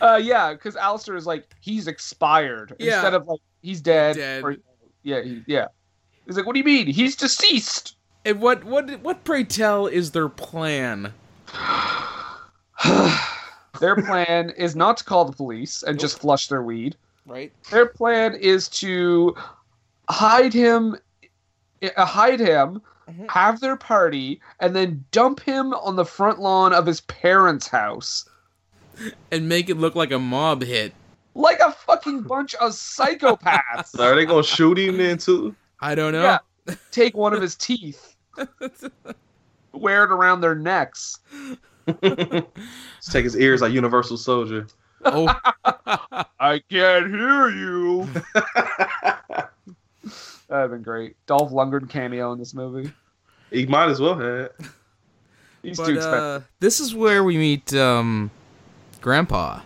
uh, yeah, because Alistair is like he's expired
Yeah.
instead of like he's dead.
Dead.
or- yeah, he, yeah. He's like, what do you mean? He's deceased.
And what what what pray tell is their plan?
Their plan is not to call the police and just flush their weed.
Right.
Their plan is to hide him, uh, hide him,
Mhm.
have their party, and then dump him on the front lawn of his parents' house.
And make it look like a mob hit.
like a fucking bunch of psychopaths.
So are they gonna shoot him then too?
I don't know.
Yeah. Take one of his teeth, wear it around their necks.
Just take his ears like Universal Soldier.
Oh,
I can't hear you. That'd been great. Dolph Lundgren cameo in this movie.
He might as well have.
He's
but,
too
uh,
expensive.
this is where we meet um, Grandpa.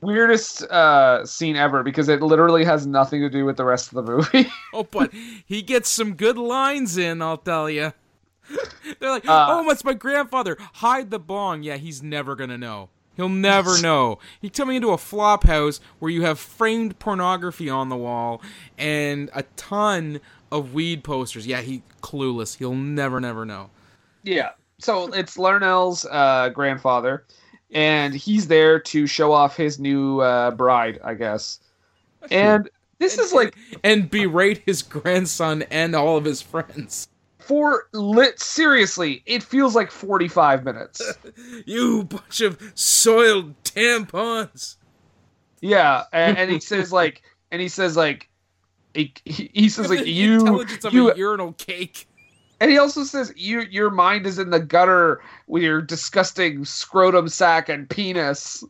Weirdest uh, scene ever because it literally has nothing to do with the rest of the movie.
Oh, but he gets some good lines in, I'll tell you. They're like,
Uh,
oh, it's my grandfather. Hide the bong. Yeah, he's never going to know. He'll never know. He took me into a flop house where you have framed pornography on the wall and a ton of weed posters. Yeah, he clueless. He'll never, never know.
yeah. So it's Larnell's uh, grandfather, and he's there to show off his new uh, bride, I guess. And this is like
And berate his grandson and all of his friends.
for lit seriously it feels like 45 minutes
You bunch of soiled tampons.
yeah and, and he says like and he says like he, he he says like
The
you,
intelligence of
you
a urinal cake.
and he also says you your mind is in the gutter with your disgusting scrotum sack and penis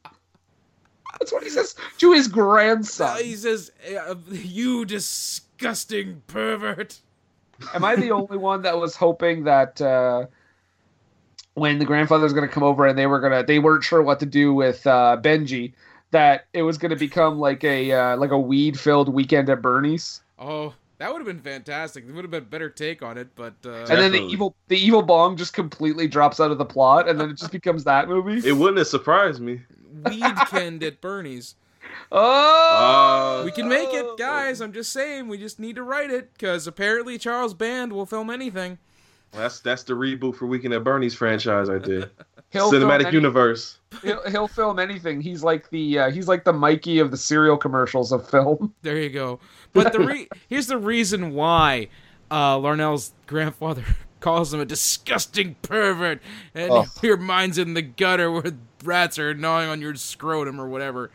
that's what he says to his
Uh,
grandson
he says, uh, "You disgusting pervert."
am i the only one that was hoping that uh when the grandfather's going to come over and they were going to they weren't sure what to do with uh benji that it was going to become like a uh, like a weed filled weekend at bernie's
Oh, that would have been fantastic. There would have been a better take on it, but uh,
and then the
Definitely.
evil the evil bong just completely drops out of the plot and then it just becomes that movie
It wouldn't have surprised me.
Weedkend at Bernie's.
Uh,
oh
We can make it, guys. I'm just saying, we just need to write it because apparently Charles Band will film anything.
That's that's the reboot for Weekend at Bernie's franchise right there.
he'll
Cinematic
film any-
Universe.
he'll, he'll film anything he's like the uh, he's like the mikey of the serial commercials of film
There you go. But the re- here's the reason why uh, Larnell's grandfather calls him a disgusting pervert, and
Oh.
your mind's in the gutter where rats are gnawing on your scrotum or whatever.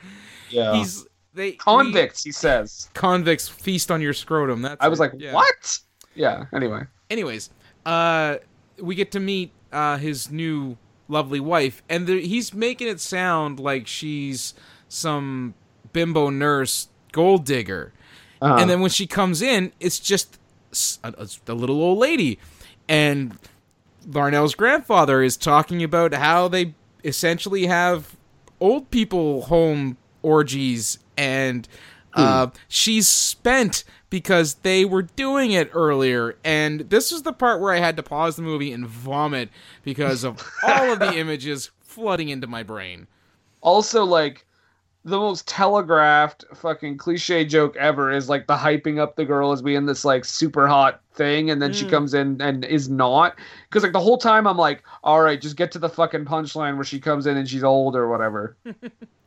Yeah.
He's they he-
convicts he says
convicts feast on your scrotum. That's
i was
it,
like
yeah.
what yeah anyway
Anyways, uh, we get to meet uh, his new lovely wife, and the, he's making it sound like she's some bimbo nurse gold digger.
Uh-huh.
And then when she comes in, it's just s- a, a- a little old lady, and Larnell's grandfather is talking about how they essentially have old people home orgies and uh, she's spent because they were doing it earlier and this was the part where i had to pause the movie and vomit because of all of the images flooding into my brain
Also, like the most telegraphed fucking cliche joke ever is like the hyping up the girl as being this like super hot thing, and then she comes in and is not. Because like the whole time I'm like, all right, just get to the fucking punchline where she comes in and she's old or whatever.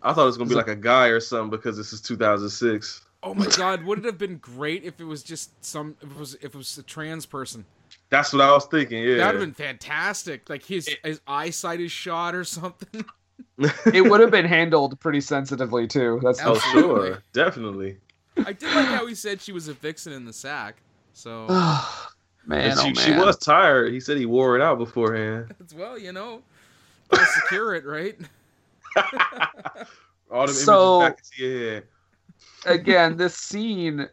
I thought it was gonna be like a guy or something because this is 2006.
Oh my god, would it have been great if it was just some if it was if it was a trans person?
That's what I was thinking. Yeah,
That would have been fantastic. Like his his eyesight is shot or something.
it would have been handled pretty sensitively too. That's
oh
the
Absolutely.
sure, definitely.
I did like how he said she was a vixen in the sack. So
man.
And
oh,
she, she
man.
was tired. He said he wore it out beforehand.
it's well, you know, gotta secure it, right?
All them
So-
images back into your head.
again, this scene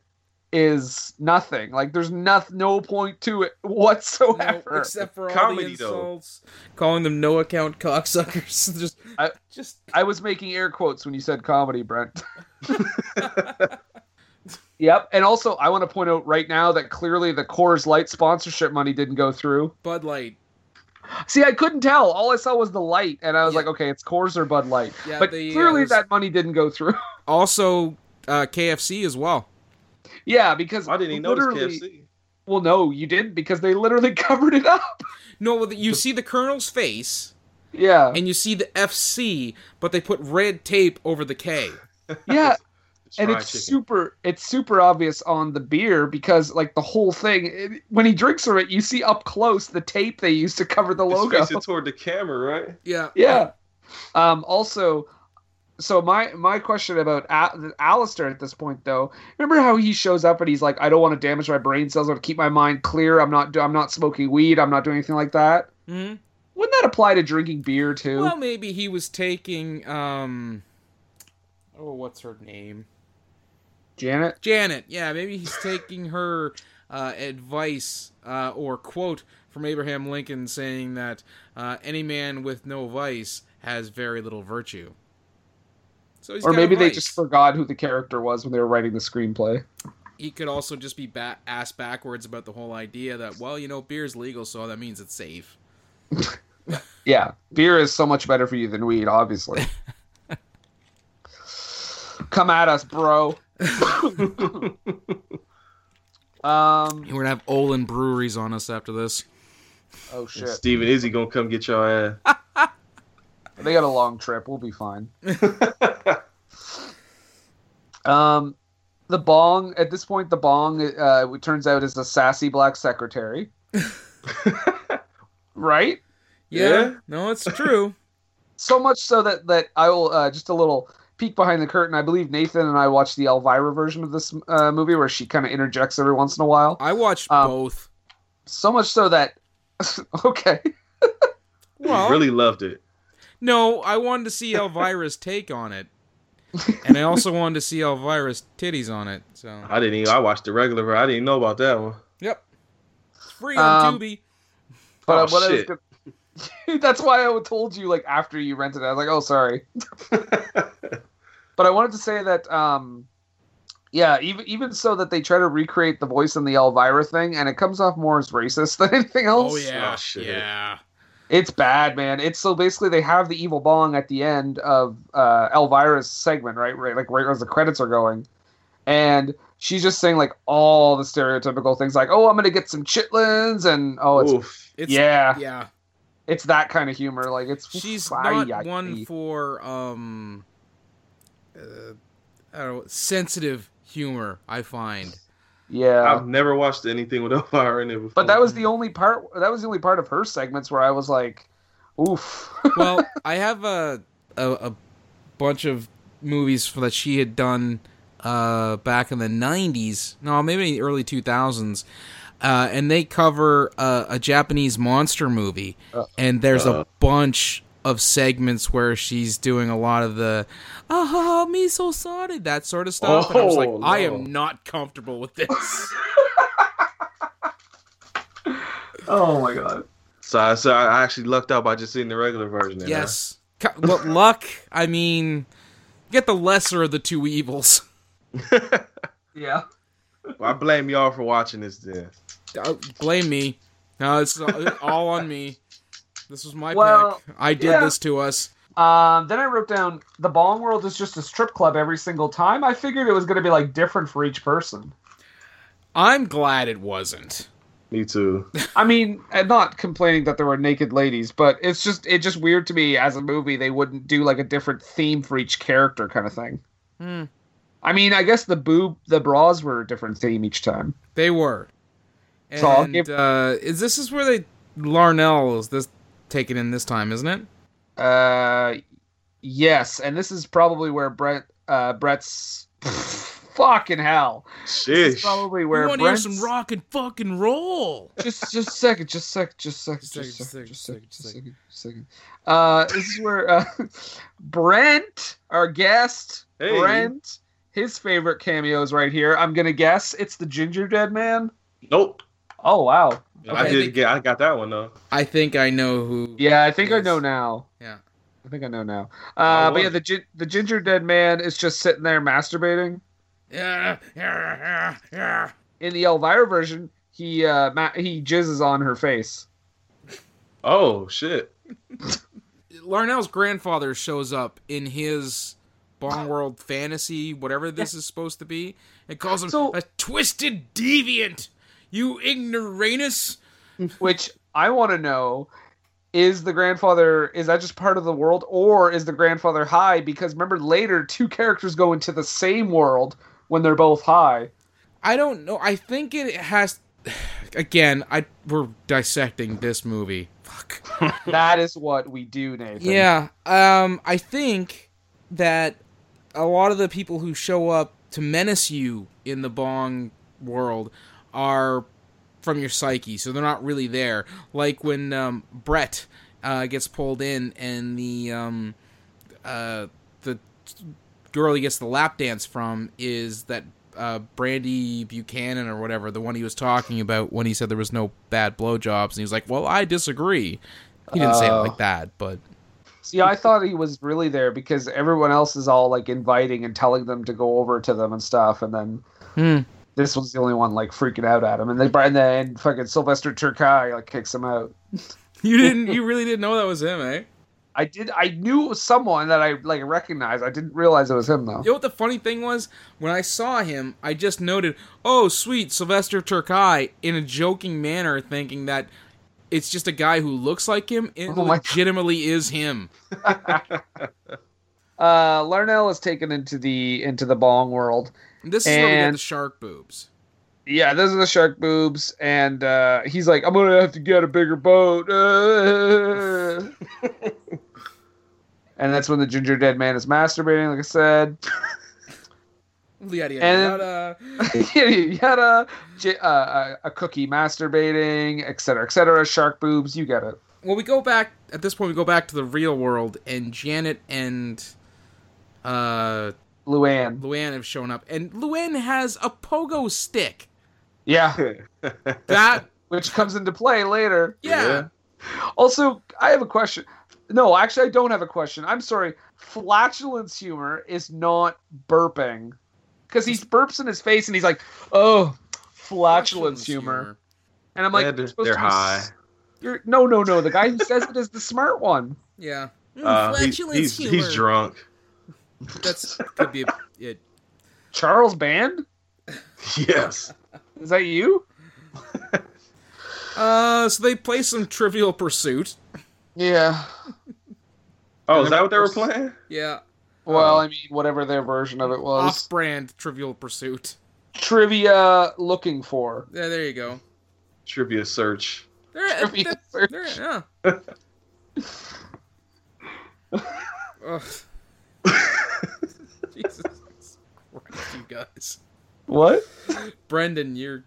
is nothing. Like there's no, no point to it
No,
whatsoever.
except for all the
Comedy, though.
insults, calling them no account cocksuckers. just,
I-
just
I was making air quotes when you said comedy, Brent. yep. And also I want to point out right now that clearly the Coors Light sponsorship money didn't go through.
Bud Light.
See, I couldn't tell. All I saw was the light and I was
Yeah.
like, okay, it's Coors or Bud Light.
Yeah,
but
the, uh,
clearly
there's-
that money didn't go through.
Also, uh, KFC as well.
yeah, because
I didn't even notice
literally,
KFC.
Well, no, you didn't because they literally covered it up.
No, well, you see the colonel's face
Yeah.
and you see the FC, but they put red tape over the K.
yeah. and
Fried
it's
chicken.
super it's super obvious on the beer because like the whole thing it- when he drinks from it you see up close the tape they used to cover the
Just
logo
face it toward the camera, right?
Yeah.
yeah um also so my my question about A- Alistair at this point though remember how he shows up and he's like I don't want to damage my brain cells I want to keep my mind clear I'm not do- I'm not smoking weed I'm not doing anything like that
Mhm.
wouldn't that apply to drinking beer too
Well, maybe he was taking um. Oh, what's her name?
Janet
Janet. Yeah, maybe he's taking her uh, advice uh, or quote from Abraham Lincoln saying that uh, any man with no vice has very little virtue. So he's
or
got a
maybe they
vice.
just forgot who the character was when they were writing the screenplay
he could also just be ba- asked backwards about the whole idea that well, you know, beer's legal, so that means it's safe.
Yeah, beer is so much better for you than weed, obviously. Come at us, bro. um.
We're gonna have Olin breweries on us after this.
Oh
And
shit,
Steve and Izzy gonna come get your ass.
they got a long trip. We'll be fine. um, the bong. At this point, the bong. Uh, it turns out is a sassy black secretary. right.
Yeah,
Yeah?
no, it's true.
So much so that that I will uh, just a little peek behind the curtain. I believe Nathan and I watched the Elvira version of this uh, movie where she kind of interjects every once in a while.
I watched
Um,
both.
So much so that okay,
Well,
really loved it.
No, I wanted to see Elvira's take on it. And I also wanted to see Elvira's titties on it. So
I didn't even. I watched the regular. version. I didn't know about that one.
Yep. It's free on
Um,
Tubi.
but
Oh,
uh, what
shit.
I was gonna... that's why I told you like after you rented it, I was like, oh sorry. but I wanted to say that um, yeah, even even so that they try to recreate the voice in the Elvira thing, and it comes off more as racist than anything else.
Oh yeah.
Oh, shit.
yeah.
It's bad, man. It's so basically they have the evil bong at the end of uh, Elvira's segment, right? Right, like right as the credits are going, and she's just saying like all the stereotypical things, like "Oh, I'm gonna get some chitlins," and "Oh, it's,
Oof.
It's
yeah,
yeah.
it's that kind of humor." Like it's
She's
Ay,
not
ay,
one
ay.
for um uh, I don't know, sensitive humor, I find.
yeah,
I've never watched anything with Elvira in it before.
but that was
um,
the only part. That was the only part of her segments where I was like, "Oof."
well, I have a, a a bunch of movies for, that she had done uh, back in the '90s. No, maybe in the early 2000s. Uh, and they cover uh, a Japanese monster movie, and there's a bunch of segments where she's doing a lot of the "ah ha ha, me so sorry" that sort of stuff. and I was like,
Oh,
I
no.
am not comfortable with this.
oh my god.
So, I- so I I actually lucked out by just seeing the regular version. then,
yes, Co- what luck? I mean, get the lesser of the two evils.
Yeah.
huh? Well, I blame y'all for watching this. Then
Uh, blame me. No, it's all, all on me. This was my
Well,
pick. I did
yeah.
this to us.
Um, then I wrote down the Bong World is just a strip club every single time. I figured it was going to be like different for each person.
I'm glad it wasn't.
Me too.
I mean, and not complaining that there were naked ladies, but it's just it's just weird to me as a movie they wouldn't do like a different theme for each character kind of thing.
Hmm.
I mean, I guess the boob the bras were a different theme each time.
They were. And
So I'll give-
uh, is this is where they Larnell is this taken in this time, isn't it?
Uh, yes, and this is probably where Brett uh Brett's fucking hell. This is
Sheesh.
probably
We
where
want to hear
Brett's
some rock and fucking roll.
just just a second, just a second, just a second,
Just
just
a
a
second,
second,
just
just
a
a
second,
second,
just a
just a second, just a second. Uh, this is where uh, Brent, our guest,
Hey.
Brent, his favorite cameo is right here. I'm gonna guess it's the Ginger Dead Man.
Nope.
Oh wow,
I
Okay.
did get. I got that one though.
I think I know who.
yeah, I think I
Yes.
know now.
Yeah.
I think I know now. Uh, but
was-
yeah, the gin- the Ginger Dead Man is just sitting there masturbating.
Yeah, yeah, yeah.
In the Elvira version, he uh, ma- he jizzes on her face.
Oh shit.
Larnell's grandfather shows up in his Bong World fantasy, whatever this is supposed to be, and calls him
So-
a twisted deviant. You ignoramus!
which I want to know is the grandfather is that just part of the world or is the grandfather high because remember later two characters go into the same world when they're both high
I don't know. I think it has. Again, I we're dissecting this movie. Fuck.
that is what we do nathan
Yeah. Um, I think that a lot of the people who show up to menace you in the bong world are from your psyche, so they're not really there. Like when um, Brett uh, gets pulled in and the um, uh, the girl he gets the lap dance from is that uh, Brandy Buchanan or whatever, the one he was talking about when he said there was no bad blowjobs, and he was like, "Well, I disagree." He didn't say it
Oh.
like that, but
see i thought he was really there because everyone else is all like inviting and telling them to go over to them and stuff and then
Hmm.
this was the only one like freaking out at him and then and then fucking sylvester turkai like kicks him out
You didn't. You really didn't know that was him, eh?
i did i knew it was someone that i like recognized i didn't realize it was him though
You know what the funny thing was? When I saw him, I just noted, "Oh, sweet Sylvester Turkai," in a joking manner, thinking that it's just a guy who looks like him. It
Oh my God.
legitimately is him.
uh larnell is taken into the into the bong world
This is where we get
And-
the shark boobs.
yeah those are the shark boobs and uh he's like i'm gonna have to get a bigger boat uh." and that's when the ginger dead man is masturbating like i said
Yada, yada,
And-
yada.
yada yada J- uh, uh, a cookie masturbating etc etc shark boobs you get it
Well, we go back at this point. We go back to the real world, and Janet and uh,
luann
Luann have shown up, and Luann has a pogo stick.
yeah
That,
which comes into play later
yeah.
Yeah.
Also, I have a question. No, actually, I don't have a question. I'm sorry. Flatulence humor is not burping, because he burps in his face and he's like, "Oh, flatulence, humor. And I'm like,
Yeah,
"You're
they're,
supposed
they're
to be
high.
s- You're no, no, no. The guy who says it is the smart one.
Yeah. Mm,
Uh, he-
flatulence
he's,
humor.
he's drunk.
That's could be it.
Charles Band.
Yes.
Is that you?
Uh, so they play some Trivial Pursuit.
Yeah.
Oh, is that what they were playing?
Yeah,
Well, I mean, whatever their version
Ah,
of it was.
off-brand Trivial Pursuit.
Trivia looking for.
Yeah, there you go.
Trivia search.
There,
Trivia
that-
search.
there- yeah. Ugh. Jesus Christ, you guys.
What?
Brendan, you're.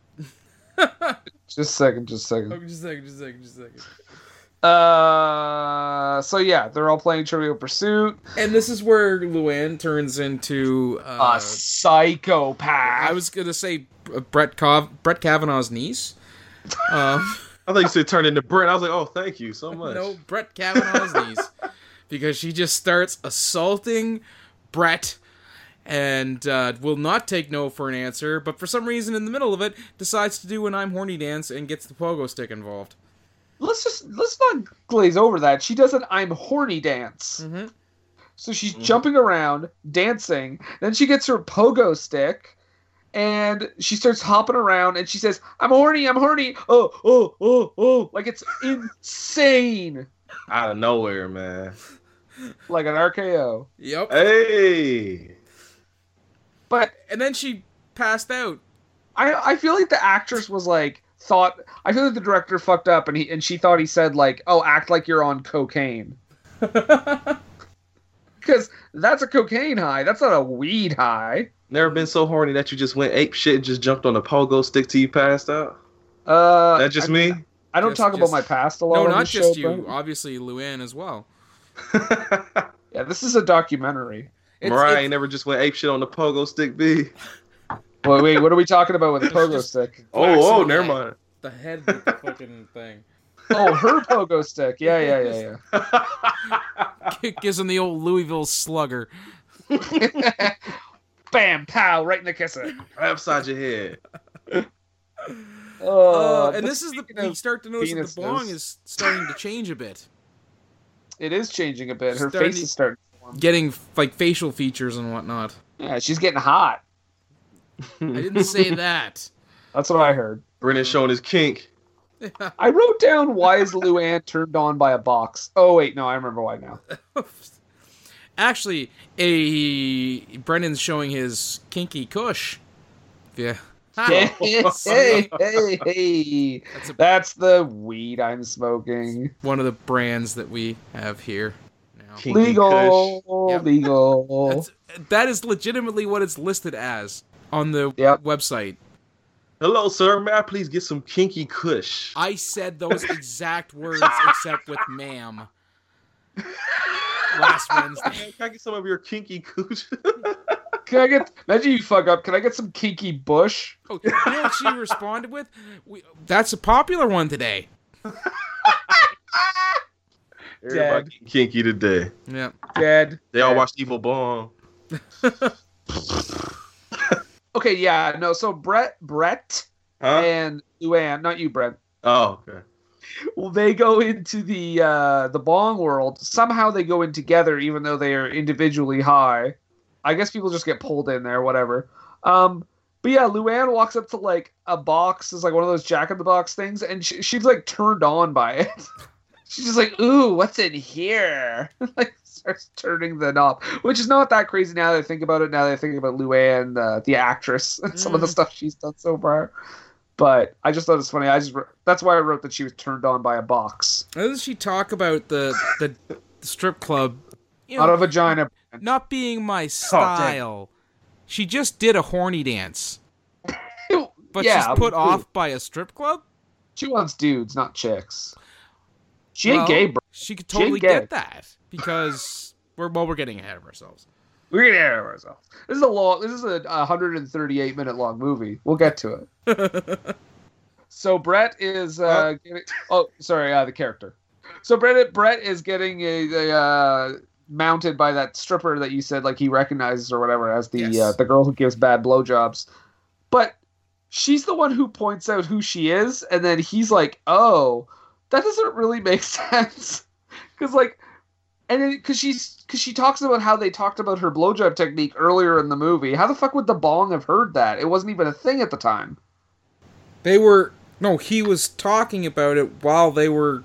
Just a second. Just a second.
Oh, just a second, just a second, just a second.
Uh. So yeah, they're all playing Trivial Pursuit.
And this is where Luann turns into. Uh,
a psychopath.
I was gonna say uh, Brett Cav- Brett Kavanaugh's niece. Um,
I thought you said turn into Brent. I was like, oh, thank you so much.
No, Brett Kavanaugh's niece. Because she just starts assaulting Brett and uh, will not take no for an answer, but for some reason in the middle of it, decides to do an I'm horny dance and gets the pogo stick involved.
let's just let's not glaze over that. She does an I'm horny dance.
Mhm.
So she's
Mm-hmm.
jumping around, dancing. Then she gets her pogo stick, and she starts hopping around. And she says, "I'm horny, I'm horny, oh oh oh oh!" Like it's insane,
Out of nowhere, man.
like an RKO.
Yep.
Hey.
But
And then she passed out.
I I feel like the actress was like thought. I feel like the director fucked up, and he and she thought he said like, "Oh, act like you're on cocaine," because that's a cocaine high. That's not a weed high.
Never been so horny that you just went ape shit and just jumped on a pogo stick till you passed out.
Uh,
That just
I,
me?
I don't
Just-
talk
just-
about my past a lot.
no,
on
not
this
just
show,
you.
but-
Obviously, Luann as well.
Yeah, this is a documentary.
It's,
Mariah
it's-
ain't never just went ape shit on the pogo stick, B.
Wait, wait, what are we talking about with the pogo
just-
stick?
Oh, oh,
Flaxman
never
Light.
mind.
the head with the fucking thing.
Oh, her pogo stick. Yeah, yeah, yeah, yeah.
It gives him the old Louisville slugger.
Bam, pow, right in the kisser.
Right upside your head.
Oh,
Uh, and this is the
speaking
you
of-
start to notice that
penises-
the bong is starting to change a bit,
it is changing a bit. Her
Starting-
face is starting. to form.
getting like facial features and whatnot.
Yeah, she's getting hot.
I didn't say that.
That's what I heard.
Brennan showing his kink.
I wrote down why is Luann turned on by a box? Oh wait, no, I remember why now.
Actually, a Brennan's showing his kinky cush. Yeah,
hey, hey, hey, hey.
That's a-
That's the weed I'm smoking.
one of the brands that we have here now.
Kinky
Legal,
Yep.
legal.
That's, that is legitimately what it's listed as on the
Yep.
website.
Kush. Hello, sir. May I please get some kinky kush?
I said those exact words except with ma'am. Last Wednesday.
Can I get some of your kinky kush?
Can I get? Imagine you fuck up. Can I get some kinky bush?
Oh, you know what she responded with? We, that's a popular one today.
Everybody
Dead.
getting kinky today.
Yeah.
Dead.
They all watched Evil Bong.
Okay, yeah, no. So Brett, Brett,
Huh?
and Luann, not you, Brett.
Oh, okay.
Well, they go into the uh, the bong world. Somehow they go in together, even though they are individually high. I guess people just get pulled in there, whatever. Um, but yeah, Luann walks up to like a box, is like one of those Jack in the Box things, and she, she's like turned on by it. she's just like, "Ooh, what's in here?" like starts turning the knob, which is not that crazy now that I think about it. Now that I think about Luann, uh, the actress, and some of the stuff she's done so far. But I just thought it was funny. I just wr- that's why I wrote that she was turned on by a box,
Doesn't she talk about the the, the strip club? You
not
know,
a vagina.
not being
Oh,
my style. she just did a horny dance, but
yeah,
she's put
ooh.
off by a strip club.
She wants dudes, not chicks. She
Well,
ain't gay, bro.
She could
She ain't
totally
gay.
get that because we're well, we're getting ahead of ourselves.
We're gonna air ourselves. This is a long. This is a 138 minute long movie. We'll get to it. so Brett is. Uh, getting, oh, sorry, uh, the character. So Brett Brett is getting a, a uh, mounted by that stripper that you said like he recognizes or whatever as the
Yes.
uh, the girl who gives bad blowjobs, but she's the one who points out who she is, and then he's like, "Oh, that doesn't really make sense," because like and then, because she's because she talks about how they talked about her blowjob technique earlier in the movie. How the fuck would the bong have heard that? It wasn't even a thing at the time.
They were no, he was talking about it while they were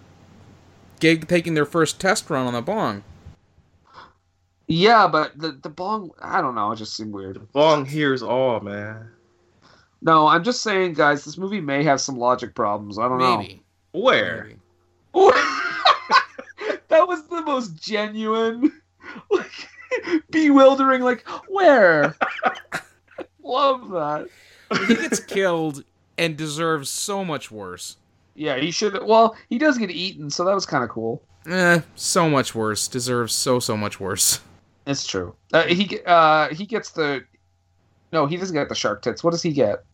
gig taking their first test run on the bong.
Yeah, but the the bong, I don't know. It just seemed weird.
Bong hears all, man.
No, I'm just saying, guys, this movie may have some logic problems. I don't
Maybe.
Where?
Maybe.
know. that was the most genuine, like, bewildering. Like where? Love that.
he gets killed and deserves so much worse.
Yeah, he should. Well, he does get eaten, so that was kind of cool.
Eh, so much worse. Deserves so so much worse.
It's true. Uh, he ge- uh he gets the no, he doesn't get the shark tits. What does he get?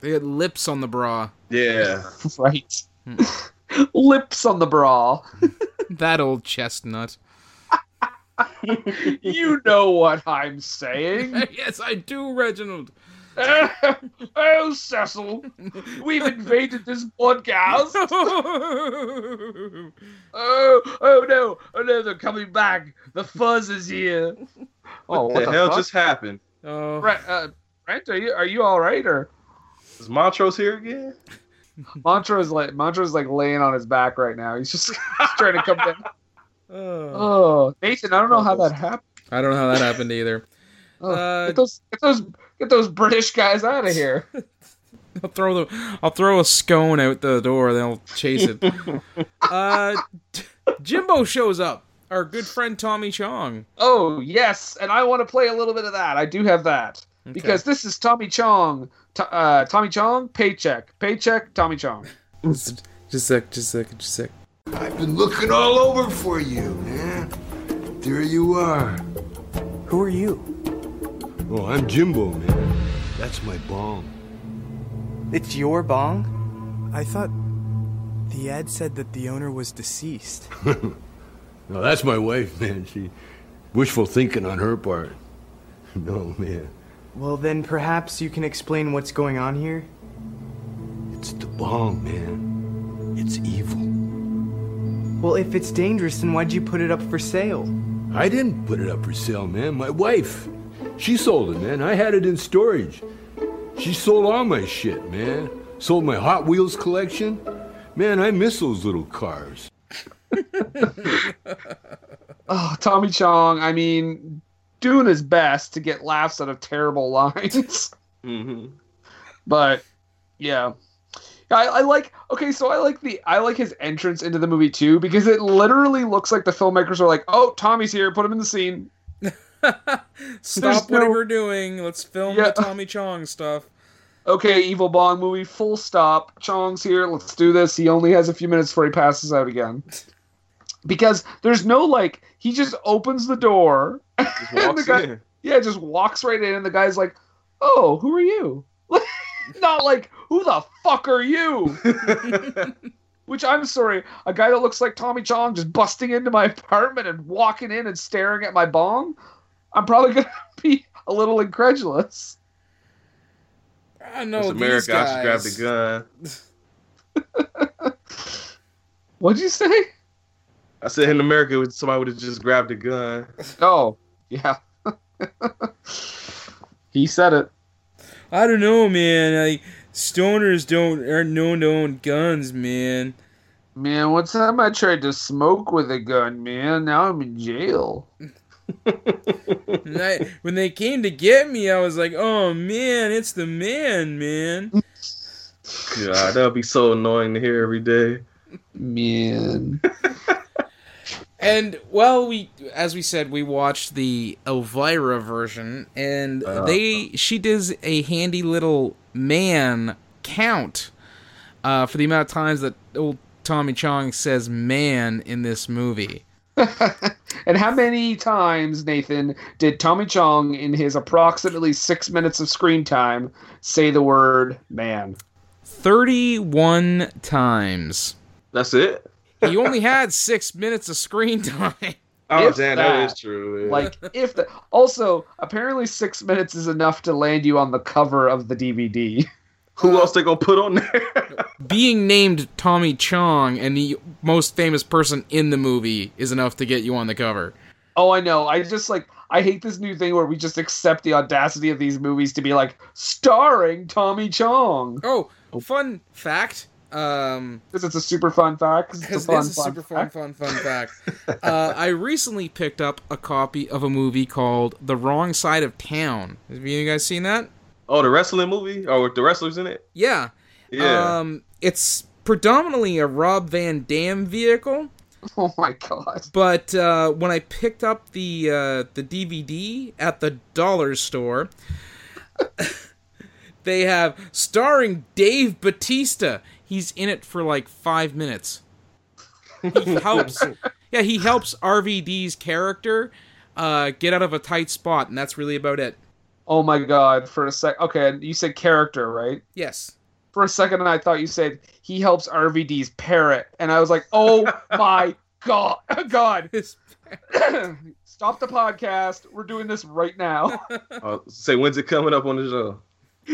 They had lips on the bra.
Yeah.
right.
Hmm.
Lips on the bra.
That old chestnut.
you know what I'm saying.
yes, I do, Reginald.
oh, Cecil, we've invaded this podcast.
oh,
Oh, oh no, oh no, they're coming back. The fuzz is here. Oh,
What, the, hell just happened?
Oh.
Brent, uh, Brent, are you are you all right or?
Is Montrose here again?
Montrose like Montrose like laying on his back right now. He's just he's trying to come down.
oh.
Oh, Nathan, I don't know how that happened.
I don't know how that happened either.
Oh,
Uh,
get those get those get those British guys out of here.
I'll throw the I'll throw a scone out the door, then I'll chase it. uh, Jimbo shows up. Our good friend Tommy Chong.
Oh yes, and I want to play a little bit of that. I do have that because this is Tommy Chong. To- uh, Tommy Chong, paycheck, paycheck, Tommy Chong.
Just just a sec, just a sec, just a sec.
I've been looking all over for you, man. There you are.
Who are you?
Oh, I'm Jimbo, man. That's my bomb.
It's your bong? I thought the ad said that the owner was deceased.
No, that's my wife, man. She wishful thinking on her part. No, man.
Well, then perhaps you can explain what's going on here?
It's the bomb, man. It's evil.
Well, if it's dangerous, then why'd you put it up for sale?
I didn't put it up for sale, man. My wife, she sold it, man. I had it in storage. She sold all my shit, man. Sold my Hot Wheels collection. Man, I miss those little cars.
Oh, Tommy Chong. I mean, doing his best to get laughs out of terrible lines,
Mm-hmm.
but yeah. I, I like okay, so I like the I like his entrance into the movie too because it literally looks like the filmmakers are like, "Oh, Tommy's here, put him in the scene."
Stop
There's no-
what we're doing. Let's film
Yeah.
the Tommy Chong stuff.
Okay, evil Bong movie, full stop. Chong's here. Let's do this. He only has a few minutes before he passes out again. Because there's no like, he just opens the door.
Just
And
walks
the guy-
in.
Yeah, just walks right in, and the guy's like, "Oh, who are you?" Not like, "Who the fuck are you?" Which I'm sorry, a guy that looks like Tommy Chong just busting into my apartment and walking in and staring at my bong. I'm probably gonna be a little incredulous.
I
It's
know Ah, these
America. I should grab the
guys.
gun.
What'd you say?
I said in America, somebody would have just grabbed a gun.
Oh, yeah. he said it.
I don't know, man. Like stoners don't aren't known to own guns, man.
Man, one time I tried to smoke with a gun, man. Now I'm in jail.
And I, when they came to get me, I was like, "Oh man, it's the man, man."
God, that would be so annoying to hear every day.
Man.
And well, we as we said, we watched the Elvira version, and they she does a handy little man count uh, for the amount of times that old Tommy Chong says "man" in this movie.
and how many times, Nathan, did Tommy Chong, in his approximately six minutes of screen time, say the word man?
Thirty-one times.
That's it.
He only had six minutes of screen time.
Oh
If
damn, that
that,
is true. yeah.
Like, if the. Also, apparently, six minutes is enough to land you on the cover of the DVD.
who else they gonna put on there?
being named Tommy Chong and the most famous person in the movie is enough to get you on the cover.
Oh, I know. I just like I hate this new thing where we just accept the audacity of these movies to be like starring Tommy Chong
Oh, fun fact. Um,
because it's a super fun fact. 'cause
because
it's a fun,
this is
fun
super fun,
fact.
fun, fun fact. uh, I recently picked up a copy of a movie called The Wrong Side of Town. Have you guys seen that?
oh, the wrestling movie, or with the wrestlers in it?
Yeah.
Yeah,
Um, it's predominantly a Rob Van Dam vehicle.
Oh my god!
But uh, when I picked up the uh, the DVD at the dollar store, they have starring Dave Batista. He's in it for like five minutes. He helps. yeah, he helps RVD's character uh, get out of a tight spot, and that's really about it.
Oh my god! For a sec, okay, you said character, right?
Yes.
For a second, I thought you said he helps RVD's parrot, and I was like, oh my god, God! Stop the podcast. We're doing this right now.
Uh, say when's it coming up on the show?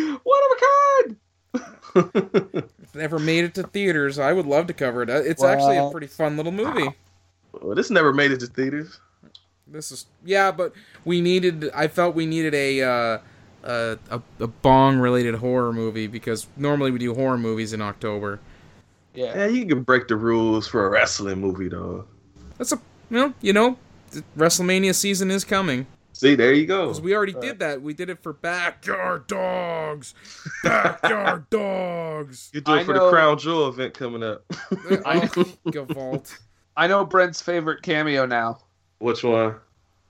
One of a kind.
If it ever made it to theaters, I would love to cover it. Uh, It's actually a
Well-
pretty fun little movie.
Well, this never made it to theaters.
This is yeah, but we needed. I felt we needed a uh, a, a, a bong related horror movie because normally we do horror movies in October.
Yeah.
Yeah, you can break the rules for a wrestling movie though.
That's a well, you know, th- WrestleMania season is coming.
See, there you go.
'Cause we already did that. We did it for Backyard Dogs. Backyard Dogs.
You do it
I
for
know-
the Crown Jewel event coming up.
I Gavolt.
I know Brent's favorite cameo now.
Which one?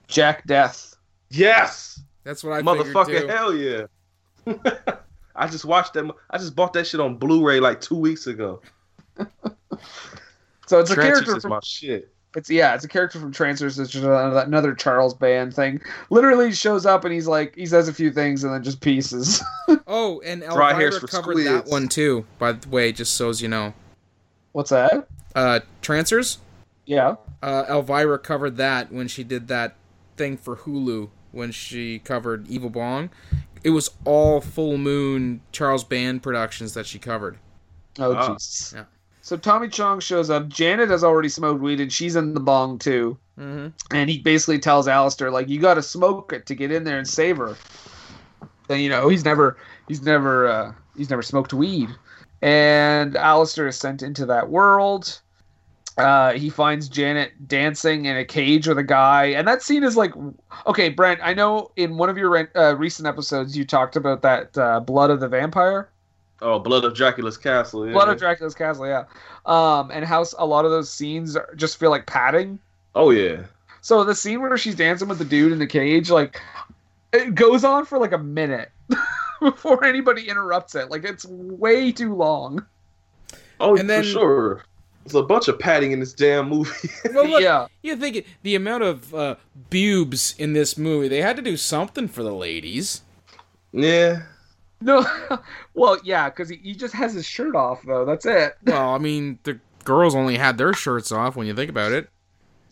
Jack Death.
Yes,
That's what I figured
motherfucker,
too.
hell yeah. I just watched that. mo- I just bought that shit on Blu-ray like two weeks ago.
So it's a
Transfers
character
is
from
my shit.
It's yeah, it's a character from Transfers. It's just another, another Charles Band thing. Literally shows up and he's like, he says a few things and then just pieces.
Oh, and
Dry hairs
Elvira
for
covered that
squids.
one too. By the way, just so as you know,
What's that?
uh, Trancers.
Yeah.
uh, Elvira covered that when she did that thing for Hulu when she covered Evil Bong. It was all Full Moon Charles Band Productions that she covered.
Oh
Oh.
Jesus.
Yeah.
So Tommy Chong shows up. Janet has already smoked weed and she's in the bong too.
Mm-hmm.
And he basically tells Alistair like, you got to smoke it to get in there and save her. And you know he's never he's never uh, he's never smoked weed. And Alistair is sent into that world. Uh, he finds Janet dancing in a cage with a guy, and that scene is like, okay, Brent. I know in one of your re- uh, recent episodes you talked about that uh, blood of the vampire.
Oh, Blood of Dracula's Castle. Yeah.
Blood of Dracula's Castle, yeah. Um, and how s- a lot of those scenes are, just feel like padding.
oh yeah.
So the scene where she's dancing with the dude in the cage, like, it goes on for like a minute before anybody interrupts it. Like, it's way too long.
Oh,
And then-
for sure. There's a bunch of padding in this damn movie.
Well, look,
yeah.
you think it, the amount of uh, boobs in this movie, they had to do something for the ladies.
yeah.
No. well, yeah, because he, he just has his shirt off though. That's it.
Well, I mean, the girls only had their shirts off when you think about it.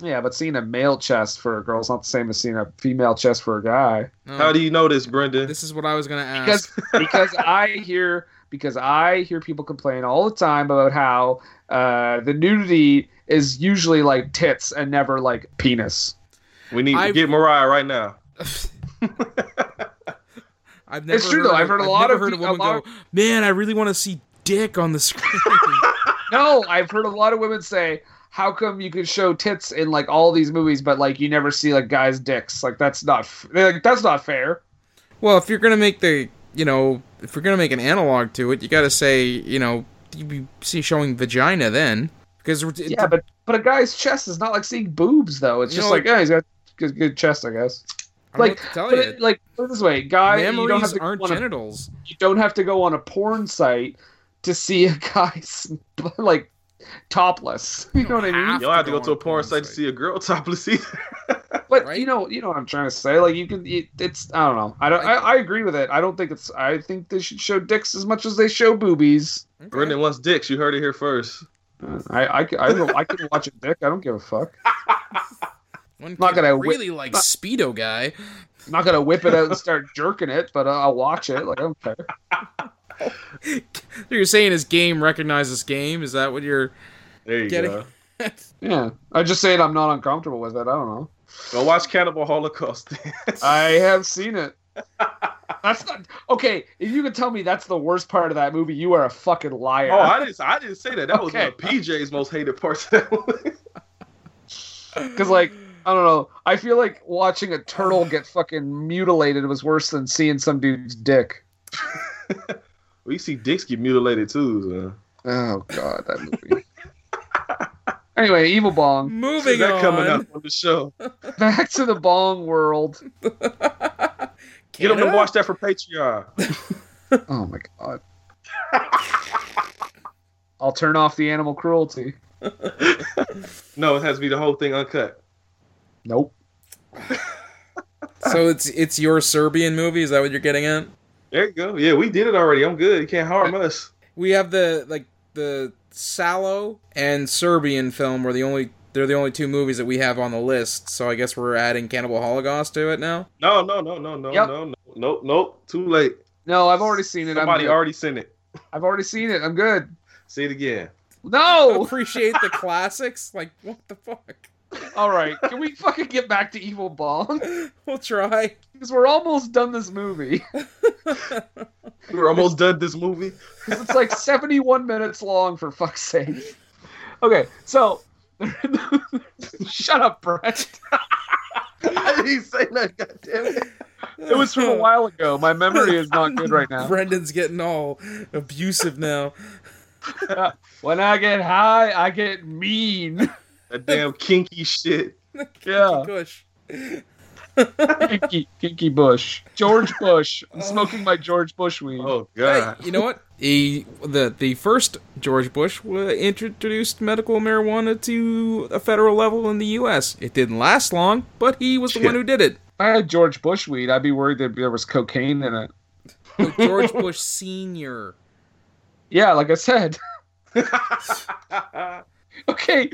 Yeah, but seeing a male chest for a girl is not the same as seeing a female chest for a guy.
No,
How do you know this, Brendan?
Uh, this is what I was going to ask.
because because I hear because I hear people complain all the time about how uh, the nudity is usually like tits and never like penis.
we need
I've-
to get Mariah right now.
I've never
true,
heard
though. I've heard a lot
never
of
heard a
pe- a
woman
lot
go, "Man, I really want to see dick on the screen."
No, I've heard a lot of women say, "How come you can show tits in like all these movies, but like you never see like guys' dicks? Like that's not f- they're like that's not fair."
Well, if you're gonna make the, you know, if you're gonna make an analog to it, you gotta say, you know, you be see showing vagina then, because it,
Yeah, but but a guy's chest is not like seeing boobs though. It's
You
just
know,
like yeah, he's got good, good chest, I guess.
I don't know
Like,
what to tell
put
you,
it, like put it this way, guy, you don't have
mammaries
to go
aren't
on a
genitals.
you don't have to go on a porn site to see a guy's like topless. You know what I mean?
have
You don't have to go
on
to a porn site to
site.
see a girl topless either.
But
right?
you know, you know what I'm trying to say. Like you can, it, it's I don't know. I don't. I, I agree with it. I don't think it's. I think they should show dicks as much as they show boobies. Uh,
Brendan wants dicks. You heard it here first.
I I c- I, don't- I can watch a dick. I don't give a fuck.
One
not
kid
gonna wi-
really like speedo guy.
I'm not gonna whip it out and start jerking it, but uh, I'll watch it. Like I don't care.
So you're saying his game recognizes game? Is that what you're?
There you
Getting-
go.
Yeah, I just saying I'm not uncomfortable with it. I don't know.
Go watch Cannibal Holocaust. then.
I have seen it. That's not okay. If you can tell me that's the worst part of that movie, you are a fucking liar.
Oh, I didn't. I didn't say that. That was one of
Okay.
PJ's most hated parts. Of that movie.
Because like I don't know. I feel like watching a turtle get fucking mutilated was worse than seeing some dude's dick.
we see dicks get mutilated too. So.
Oh god, that movie. anyway, evil bong.
Moving
that
on.
coming up on the show.
Back to the bong world.
Get them to
Canada?
watch that for Patreon.
Oh my god. I'll turn off the animal cruelty.
No, it has to be the whole thing uncut.
Nope.
So it's it's your Serbian movie. Is that what you're getting at?
There you go. Yeah, we did it already. I'm good. You can't harm us.
We have the like the Sallow and Serbian film were the only they're the only two movies that we have on the list. So I guess we're adding Cannibal Holocaust to it now.
No, no, no, no, no,
Yep.
no, no, nope, nope. Too late.
No, I've already seen it.
Somebody
I'm good.
already seen it.
I've already seen it. I'm good.
See it again.
No.
Appreciate the classics. Like what the fuck?
All right. Can we fucking get back to Evil Bong?
We'll try.
Because we're almost done this movie.
We were almost done this movie.
'Cause it's like 71 minutes long, for fuck's sake. Okay, so. Shut up, Brett.
I didn't say nothing. God damn it.
It was from a while ago. My memory is not good right now.
Brendan's getting all abusive now.
When I get high, I get mean.
That damn kinky shit.
Yeah.
Gosh.
Kinky, kinky Bush. George Bush. I'm smoking my George Bush weed.
Oh
Hey,
god.
you know what? He, the the first George Bush wa- introduced medical marijuana to a federal level in the U.S. It didn't last long, but he was the one who did it.
If I had George Bush weed, I'd be worried that there was cocaine in it.
Oh, George Bush Senior.
Yeah, like I said. okay.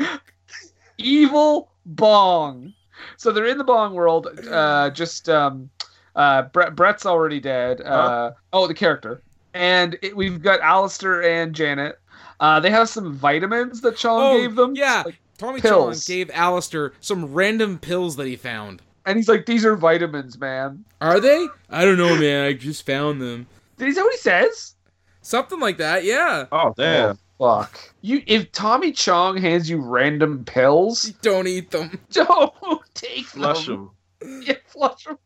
Evil Bong. So they're in the Bong world. Uh, just um, uh, Brett, Brett's already dead. Uh, Oh, the character. And it, we've got Alistair and Janet. Uh, they have some vitamins that Chong gave them.
Oh, Yeah, Tommy Chong
pills.
gave Alistair some random pills that he found.
And he's like, these are vitamins, man.
Are they? I don't know, man. I just found them.
Is that what he says?
Something like that. Yeah.
Oh damn.
Oh, fuck. You, if Tommy Chong hands you random pills,
Don't eat them.
don't take
Flush
them.
him.
Yeah, flush them.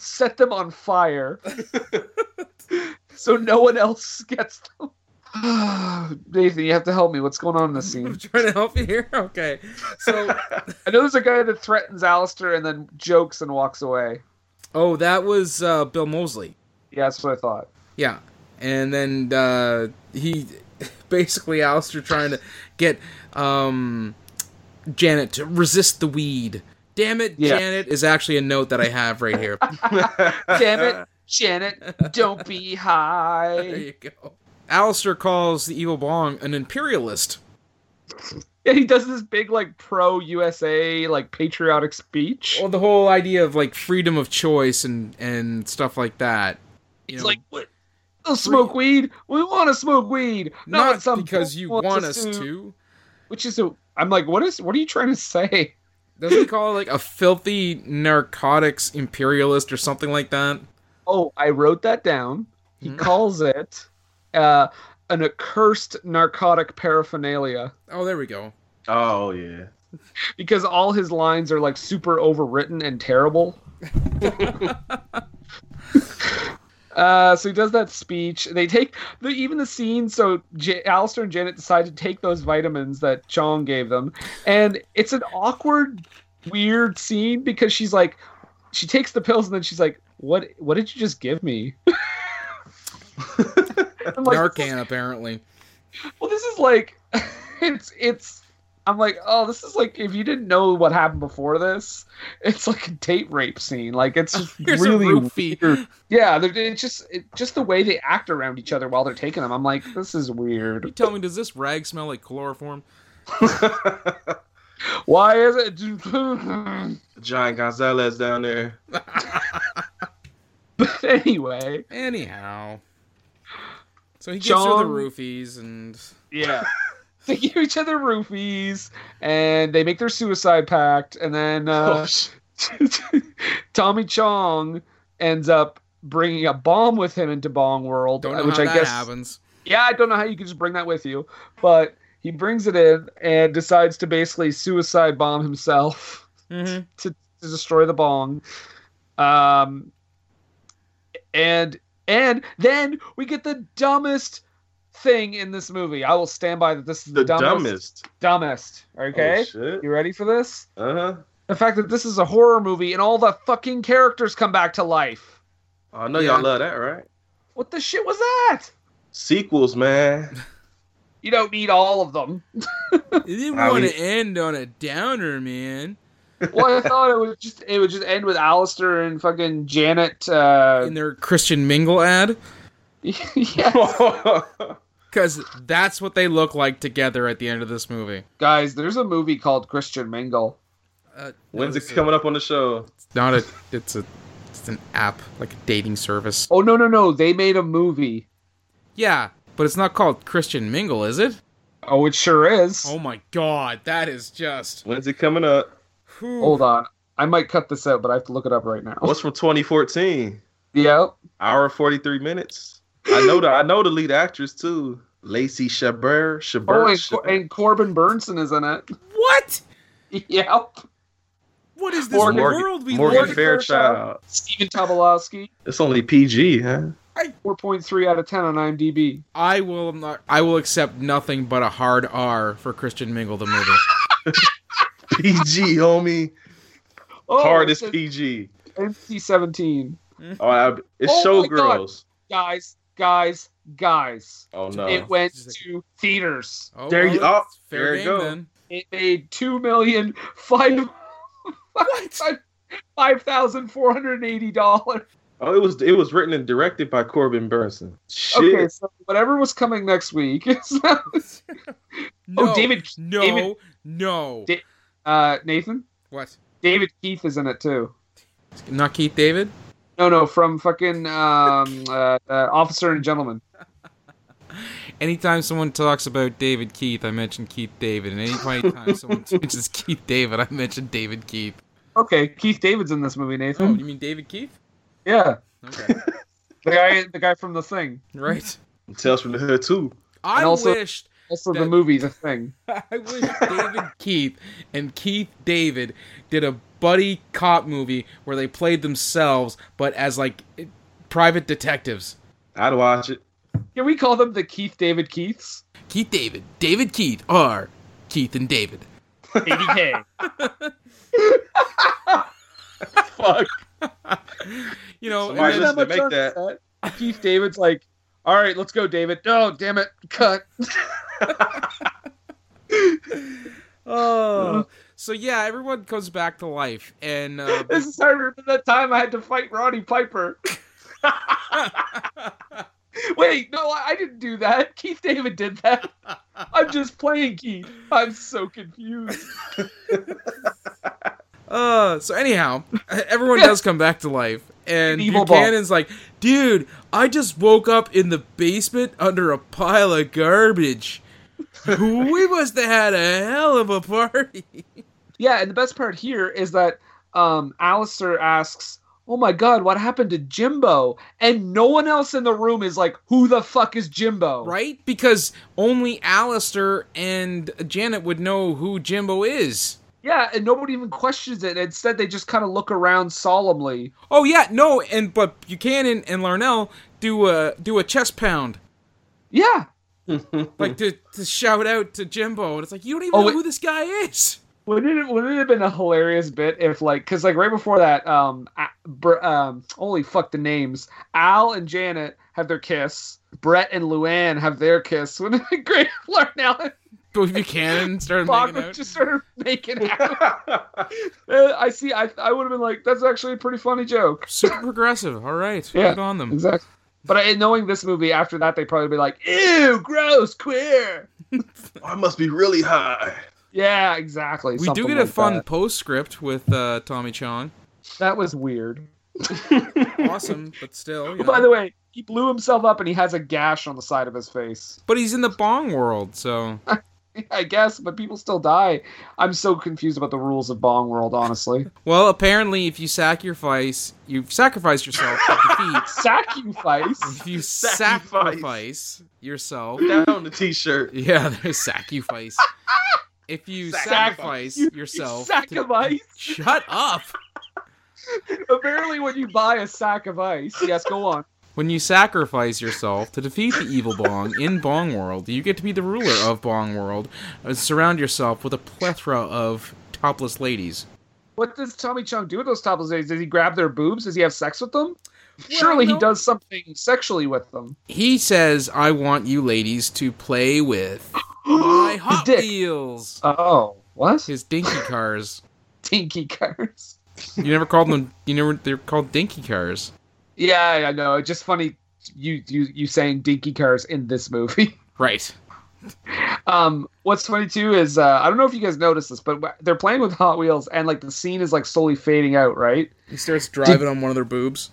Set them on fire. so no one else gets them. Nathan, you have to help me. What's going on in this
I'm
scene?
trying to help you here. Okay. So,
I know there's a guy that threatens Alistair and then jokes and walks away.
oh, that was uh, Bill Mosley.
Yeah, that's what I thought.
Yeah, and then uh, he basically Alistair trying to get um, Janet to resist the weed. Damn it,
Yeah.
Janet is actually a note that I have right here.
Damn it, Janet, don't be
there
high.
you go. Alistair calls the evil Bong an imperialist.
Yeah, he does this big like pro USA like patriotic speech.
Well, the whole idea of like freedom of choice and and stuff like that. You
He's
know,
like, what? We'll smoke weed. We want to smoke weed, not,
not,
what some
because you
wants
want us to.
Which is, a, I'm like, what is? What are you trying to say?
Doesn't he call it like a filthy narcotics imperialist or something like that?
Oh, I wrote that down. He calls it uh, an accursed narcotic paraphernalia
Oh, there we go.
Oh yeah.
because all his lines are like super overwritten and terrible. uh, so he does that speech. They take the, even the scene. So J- Alistair and Janet decide to take those vitamins that Chong gave them, and it's an awkward, weird scene because she's like, she takes the pills and then she's like, "What? What did you just give me?" I'm like,
Narcan, apparently.
well this is like it's it's i'm like oh this is like if you didn't know what happened before this it's like a date rape scene like it's just
Here's a
really
roofie.
weird. yeah they're- it's just it, just the way they act around each other while they're taking them i'm like this is
You
weird
tell me, does this rag smell like chloroform?
why is it
John Gonzalez down there.
but anyway
Anyhow. So he gives her
John-
the roofies and
yeah they give each other roofies and they make their suicide pact and then
Oh,
uh,
Oh,
Tommy Chong ends up bringing a bomb with him into Bong World,
don't know
Uh, which
how
I
that
guess
happens.
yeah, I don't know how you could just bring that with you, but he brings it in and decides to basically suicide bomb himself
Mhm.
to, to destroy the bong. Um, and and then we get the dumbest thing in this movie. I will stand by that this is the,
The
dumbest,
dumbest.
dumbest.
Oh,
Okay,
shit.
you ready for this?
Uh huh.
The fact that this is a horror movie and all the fucking characters come back to life.
Oh, I know
Yeah.
y'all love that, right?
What the shit was that?
Sequels, man.
You don't need all of them.
He didn't
I
want
mean-
to end on a downer, man.
Well, I thought it would just it would just end with Alistair and fucking Janet. Uh,
In their Christian Mingle ad.
yeah,
Because that's what they look like together at the end of this movie.
guys, there's a movie called Christian Mingle.
Uh,
When's
no, it's
it coming up on the show?
Not a. It's a It's an app, like a dating service.
Oh no no no! They made a movie.
Yeah, but it's not called Christian Mingle, is it?
Oh, it sure is.
Oh my god, that is just.
When's it coming up?
Whew.
Hold on, I might cut this out, but I have to look it up right now.
What's from 2014?
Yep.
Hour 43 minutes. I know the I know the lead actress too, Lacey Chabert. Chabert.
Oh, and,
Chabert.
Cor- and Corbin Burnson is in it.
What?
Yep.
What is this
Morgan-
world we
Morgan
live in?
Fairchild.
Steven Tobolowsky,
It's only PG, huh?
4.3 out of 10 on IMDb.
I will not. I will accept nothing but a hard R for Christian Mingle the movie.
PG, homie.
Oh,
Hard
it
as
says
PG.
NC-17.
Oh, I, it's
Oh my God.
Showgirls.
Guys, guys, guys.
Oh no.
It went to theaters.
Oh,
There you- oh,
it's fair
there you
game
go.
Then.
It made 2,580 dollars.
oh, it was it was written and directed by Corbin Burnson. Shit.
Okay, so whatever was coming next week. is now-
No,
Oh, David-
No,
David-
no.
Da- uh, Nathan,
what?
David Keith is in it too.
Not Keith David.
No, no, from fucking um, uh, uh, Officer and Gentleman.
Anytime someone talks about David Keith, I mention Keith David. And anytime someone mentions Keith David, I mention David Keith.
Okay, Keith David's in this movie,
Oh,
Nathan.
you mean David Keith?
Yeah,
Okay.
the guy, the guy from The Thing,
right.
Tales from the Hood too.
I
And also-
wished
also the
That-
movie The Thing.
I wish David Keith and Keith David did a buddy cop movie where they played themselves but as like private detectives.
I'd watch it.
Can we call them the Keith David Keiths?
Keith David, David Keith are Keith and David.
ADK.
Fuck.
You know, and
Somebody just-
then-
to make that.
Keith David's like, all right, let's go, David. No, damn it, cut.
oh. So yeah, everyone comes back to life and uh,
This is how I remember that time I had to fight Roddy Piper. Wait, no, I I didn't do that. Keith David did that. I'm just playing Keith. I'm so confused.
Uh, so anyhow, everyone does come back to life, and
Evil
Buchanan's like, "Dude, I just woke up in the basement under a pile of garbage. we must have had a hell of a party."
Yeah, and the best part here is that um, Alistair asks, Oh my god, what happened to Jimbo? And no one else in the room is like, Who the fuck is Jimbo?
Right? Because only Alistair and Janet would know who Jimbo is.
Yeah, and nobody even questions it. Instead, they just kind of look around solemnly.
Oh yeah, no, and but Buchanan and Larnell do a do a chest pound.
Yeah,
Like to, to shout out to Jimbo, and it's like you don't even
Hmm. Oh,
know
it-
who this guy is.
Wouldn't it wouldn't it have been a hilarious bit if like because like right before that um A- Br- um holy fuck the names Al and Janet have their kiss Brett and Luann have their kiss Wouldn't it be great if Larnell and
But Buchanan started making
Bachman
out.
just started making out Uh, I see I I would have been like that's actually a pretty funny joke
Super progressive. All right,
Yeah,
good on them.
exactly but I, knowing this movie after that they'd probably be like ew gross queer
I must be really high.
yeah exactly
We do
something
get a
like
fun
that.
postscript with uh, Tommy Chong.
that was weird
Awesome, but still. you know.
by the way he blew himself up and he has a gash on the side of his face.
but he's in the bong world, so
I guess, but people still die. I'm so confused about the rules of Bong World, honestly.
well. Apparently, if you sacrifice, you've sacrificed yourself to defeat.
Sacrifice.
If you
Sacrifice.
sacrifice yourself,
Down on the t-shirt.
yeah, there's sacrifice. If you
Sacrifice.
sacrifice
You- you
yourself, to-
Sacrifice.
shut up.
Apparently, when you buy a sack of ice, yes, go on.
When you sacrifice yourself to defeat the evil Bong in Bong World, you get to be the ruler of Bong World and surround yourself with a plethora of topless ladies.
What does Tommy Chung do with those topless ladies? Does he grab their boobs? Does he have sex with them? Surely
no.
he does something sexually with them.
He says, I want you ladies to play with my Hot
dick.
Wheels.
Oh, what? His
His dinky cars.
dinky cars.
You never called them, you never, they're called dinky cars.
Yeah, I know. It's just funny you you you saying dinky cars in this movie.
Right.
Um, what's funny too is uh, I don't know if you guys noticed this, but they're playing with Hot Wheels, and like the scene is like slowly fading out, right?
He starts driving on one of their boobs.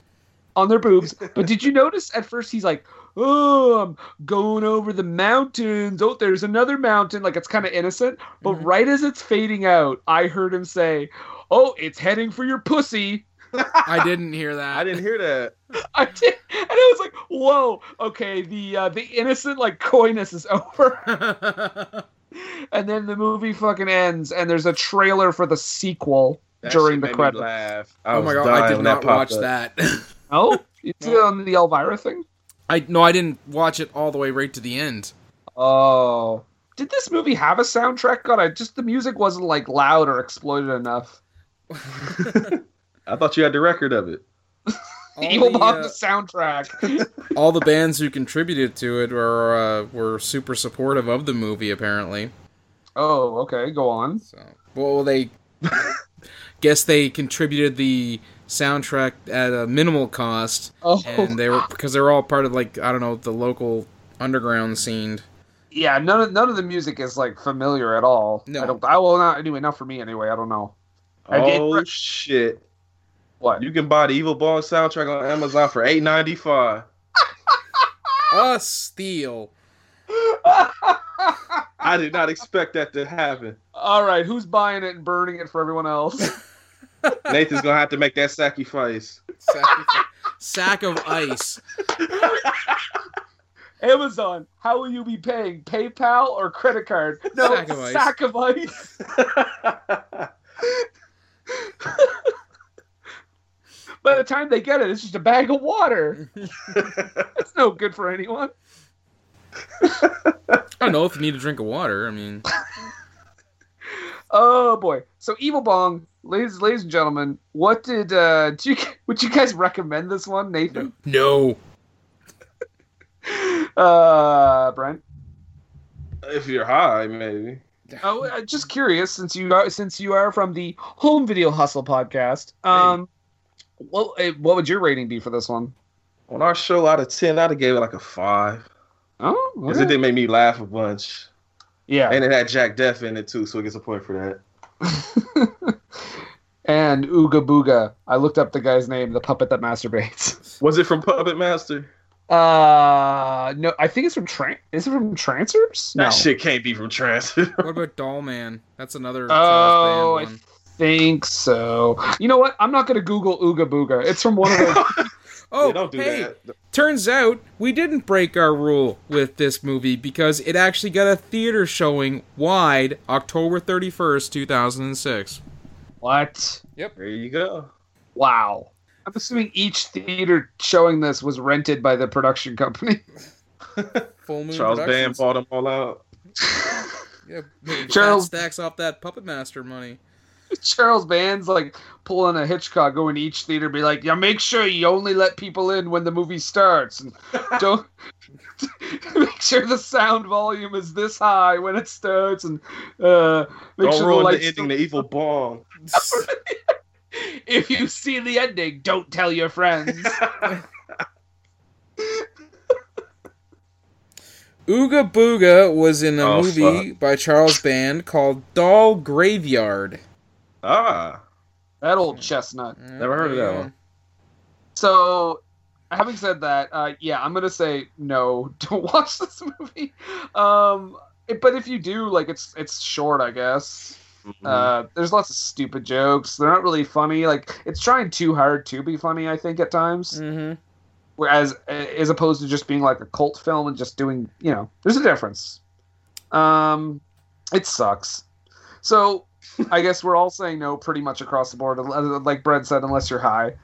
On their boobs. but did you notice at first he's like, "Oh, I'm going over the mountains. Oh, there's another mountain." Like it's kind of innocent, but right as it's fading out, I heard him say, "Oh, it's heading for your pussy."
I didn't hear that.
I didn't hear that.
I did, and I was like, "Whoa, okay." The uh, the innocent like coyness is over. and then the movie fucking ends, and there's a trailer for the sequel
That
during
shit
the
made me
credits.
laugh. I
Oh
was
my god,
dying
I did
when
not watch
popped up.
that.
Oh, it's on the Elvira thing.
I no, I didn't watch it all the way right to the end.
Oh, did this movie have a soundtrack? God, I just the music wasn't like loud or exploited enough.
I thought you had the record of it.
All
Evil
the,
Bob
uh,
the soundtrack.
all the bands who contributed to it were uh, were super supportive of the movie apparently.
oh, okay, go on.
So, well, they guess they contributed the soundtrack at a minimal cost,
Oh,
and they were because they were all part of like I don't know the local underground scene.
yeah, none of none of the music is like familiar at all.
No.
I don't. I will not anyway. Not for me anyway. I don't know I did-
Oh shit!
what.
You can buy the Evil Ball soundtrack on Amazon for eight ninety five.
A steal.
I did not expect that to happen.
All right, who's buying it and burning it for everyone else?
Nathan's gonna have to make that sacrifice.
Sack, sack of ice.
Amazon, how will you be paying? PayPal or credit card? No,
Sack of ice.
sack of ice. By the time they get it, it's just a bag of water. That's no good for anyone.
I don't know if you need a drink of water. I mean,
Oh boy. So Evil Bong, ladies, ladies and gentlemen, what did uh do you, would you guys recommend this one, Nathan?
no.
Uh Brent?
if you're high, maybe.
Oh, uh, just curious, since you are since you are from the Home Video Hustle podcast, um, what eh, what would your rating be for this one?
On our show, out of ten, I'd have gave it like a five
Oh,
because
okay.
it did make me laugh a bunch,
yeah,
and it had Jack Def in it too, so it gets a point for that.
and Ooga Booga. I looked up the guy's name, the puppet that masturbates.
Was it from Puppet Master?
Uh, no, I think it's from Tran. Is it from Trancers? No,
That shit can't be from Trans.
What about Doll Man? That's another.
Oh,
Trash
I
band
think so. You know what? I'm not gonna Google Ooga Booga. It's from one of those.
Oh,
don't do
hey,
that.
Turns out we didn't break our rule with this movie because it actually got a theater showing wide October 31st, 2006.
what?
There you go.
Wow. I'm assuming each theater showing this was rented by the production company.
Full Moon
Charles
Productions.
Band bought them all out.
Yeah, maybe
Charles-
Fat stacks off that Puppet Master money.
Charles Band's like pulling a Hitchcock, going to each theater, be like, "Yeah, make sure you only let people in when the movie starts, and don't make sure the sound volume is this high when it starts, and uh, make
Don't
sure
ruin the
lights
ending. The evil bomb.
don't- if you see the ending, don't tell your friends."
Ooga Booga was in a
Oh,
movie by Charles Band called Doll Graveyard.
Ah,
that old chestnut.
never heard of
Mm-hmm.
that one.
So, having said that, uh, yeah, I'm gonna say no. Don't watch this movie. Um, it- but if you do, like, it's it's short, I guess. Uh, there's lots of stupid jokes. They're not really funny. Like, it's trying too hard to be funny. I think at times.
Mm-hmm.
Whereas, as opposed to just being like a cult film and just doing, you know, there's a difference. Um, it sucks. So, I guess we're all saying no pretty much across the board. Like Brad said, unless you're high.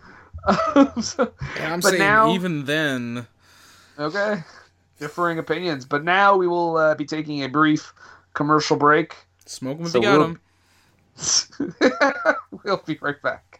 So-
And I'm
But
saying
now-
even then,
Okay. Differing opinions. But now we will uh, be taking a brief commercial break.
smoke 'em if
So
you got 'em.
we'll- we'll be right back.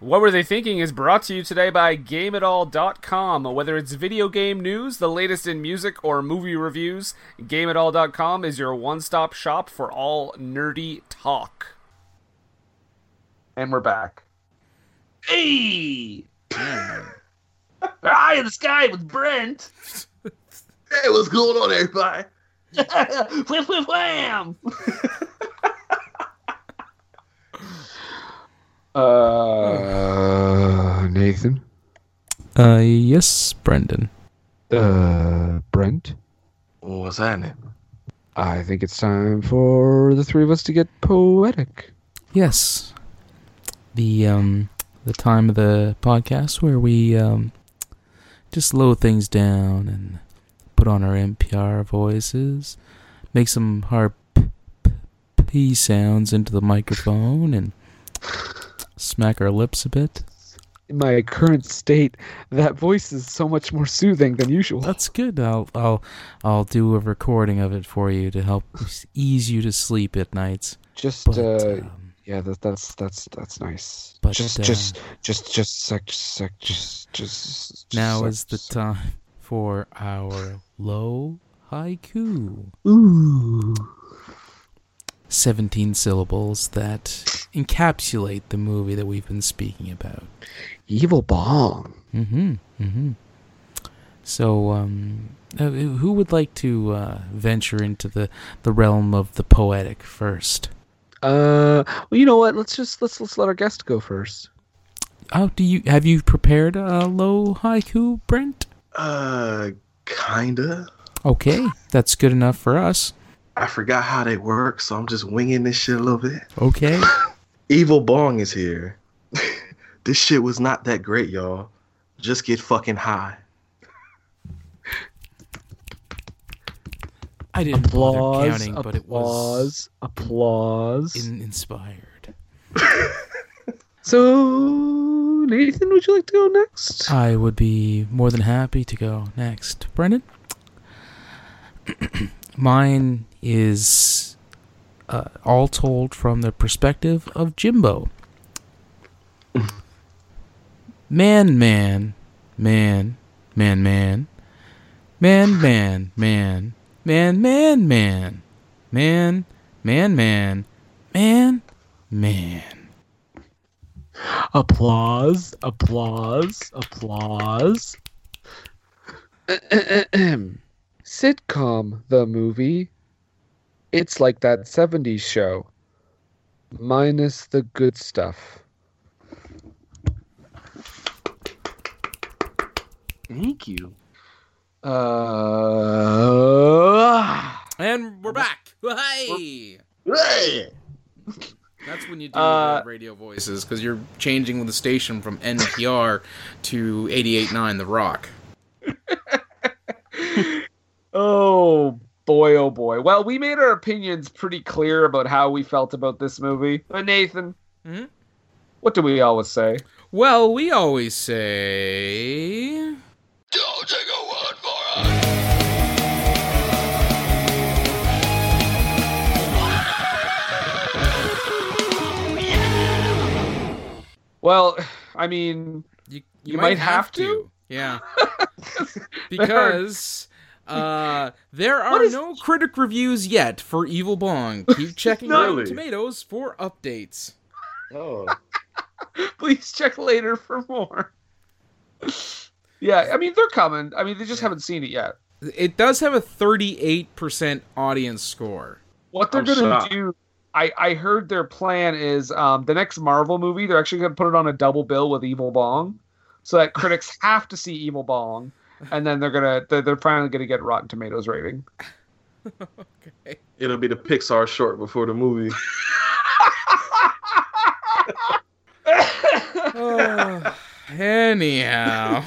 What Were They Thinking is brought to you today by GameItAll.com. Whether it's video game news, the latest in music, or movie reviews, GameItAll.com is your one stop shop for all nerdy talk.
And we're back.
Hey!
Hi in the sky with Brent.
Hey, what's going on, everybody?
whiff, whiff, wham! uh, Nathan.
Uh, yes, Brendan.
Uh, Brent.
What's happening?
I think it's time for the three of us to get poetic.
Yes. The um the time of the podcast where we um just low things down and put on our NPR voices, make some hard p- p- p sounds into the microphone and smack our lips a bit.
In my current state, that voice is so much more soothing than usual.
That's good. I'll I'll I'll do a recording of it for you to help ease you to sleep at nights. um,
Just uh, yeah, that, that's that's that's nice.
but,
just
uh,
just just just sec just sec just just just
Now
sec-
is the time for our low haiku.
Ooh.
17 syllables that encapsulate the movie that we've been speaking about.
evil bong.
Mm-hmm. Mm-hmm. So, um, uh, who would like to uh, venture into the, the realm of the poetic first?
Uh, well, you know what? Let's just let's let's let our guest go first.
Oh, do you have you prepared a low haiku, Brent?
Uh, kinda.
Okay, that's good enough for us.
I forgot how they work, so I'm just winging this shit a little bit.
Okay.
Evil Bong is here. this shit was not that great, y'all. Just get fucking high.
I didn't bother
Applause,
counting, but it was
applause, applause.
in- inspired.
So, Nathan, would you like to go next?
I would be more than happy to go next. Brendan? Mine is uh, all told from the perspective of Jimbo. Man, man, man, man, man, man, man, man, man, man, man, man, man, man, man, man.
Applause, applause, applause. Sitcom, the movie. It's like that 70s show, minus the good stuff. Thank you. Uh,
And we're back. Hey! That's when you do
Uh,
the radio voices because you're changing the station from NPR to 88.9 The Rock.
Oh boy, oh boy. Well, we made our opinions pretty clear about how we felt about this movie. But Nathan,
Mhm.
what do we always say?
Well, we always say.
Well, I mean,
You, you,
You might have to.
Yeah. because uh, there are
is-
no critic reviews yet for Evil Bong. Keep checking
No.
Rotten
Really?
Tomatoes for updates.
Oh.
please check later for more. yeah, I mean they're coming. I mean they just haven't seen it yet.
It does have a 38% audience score.
What they're
I'm
gonna
shocked.
do I, I heard their plan is um, the next Marvel movie, they're actually gonna put it on a double bill with Evil Bong. So that critics have to see Evil Bong. And then they're gonna they're, they're finally gonna get Rotten Tomatoes rating.
Okay.
It'll be the Pixar short before the movie.
Oh, anyhow.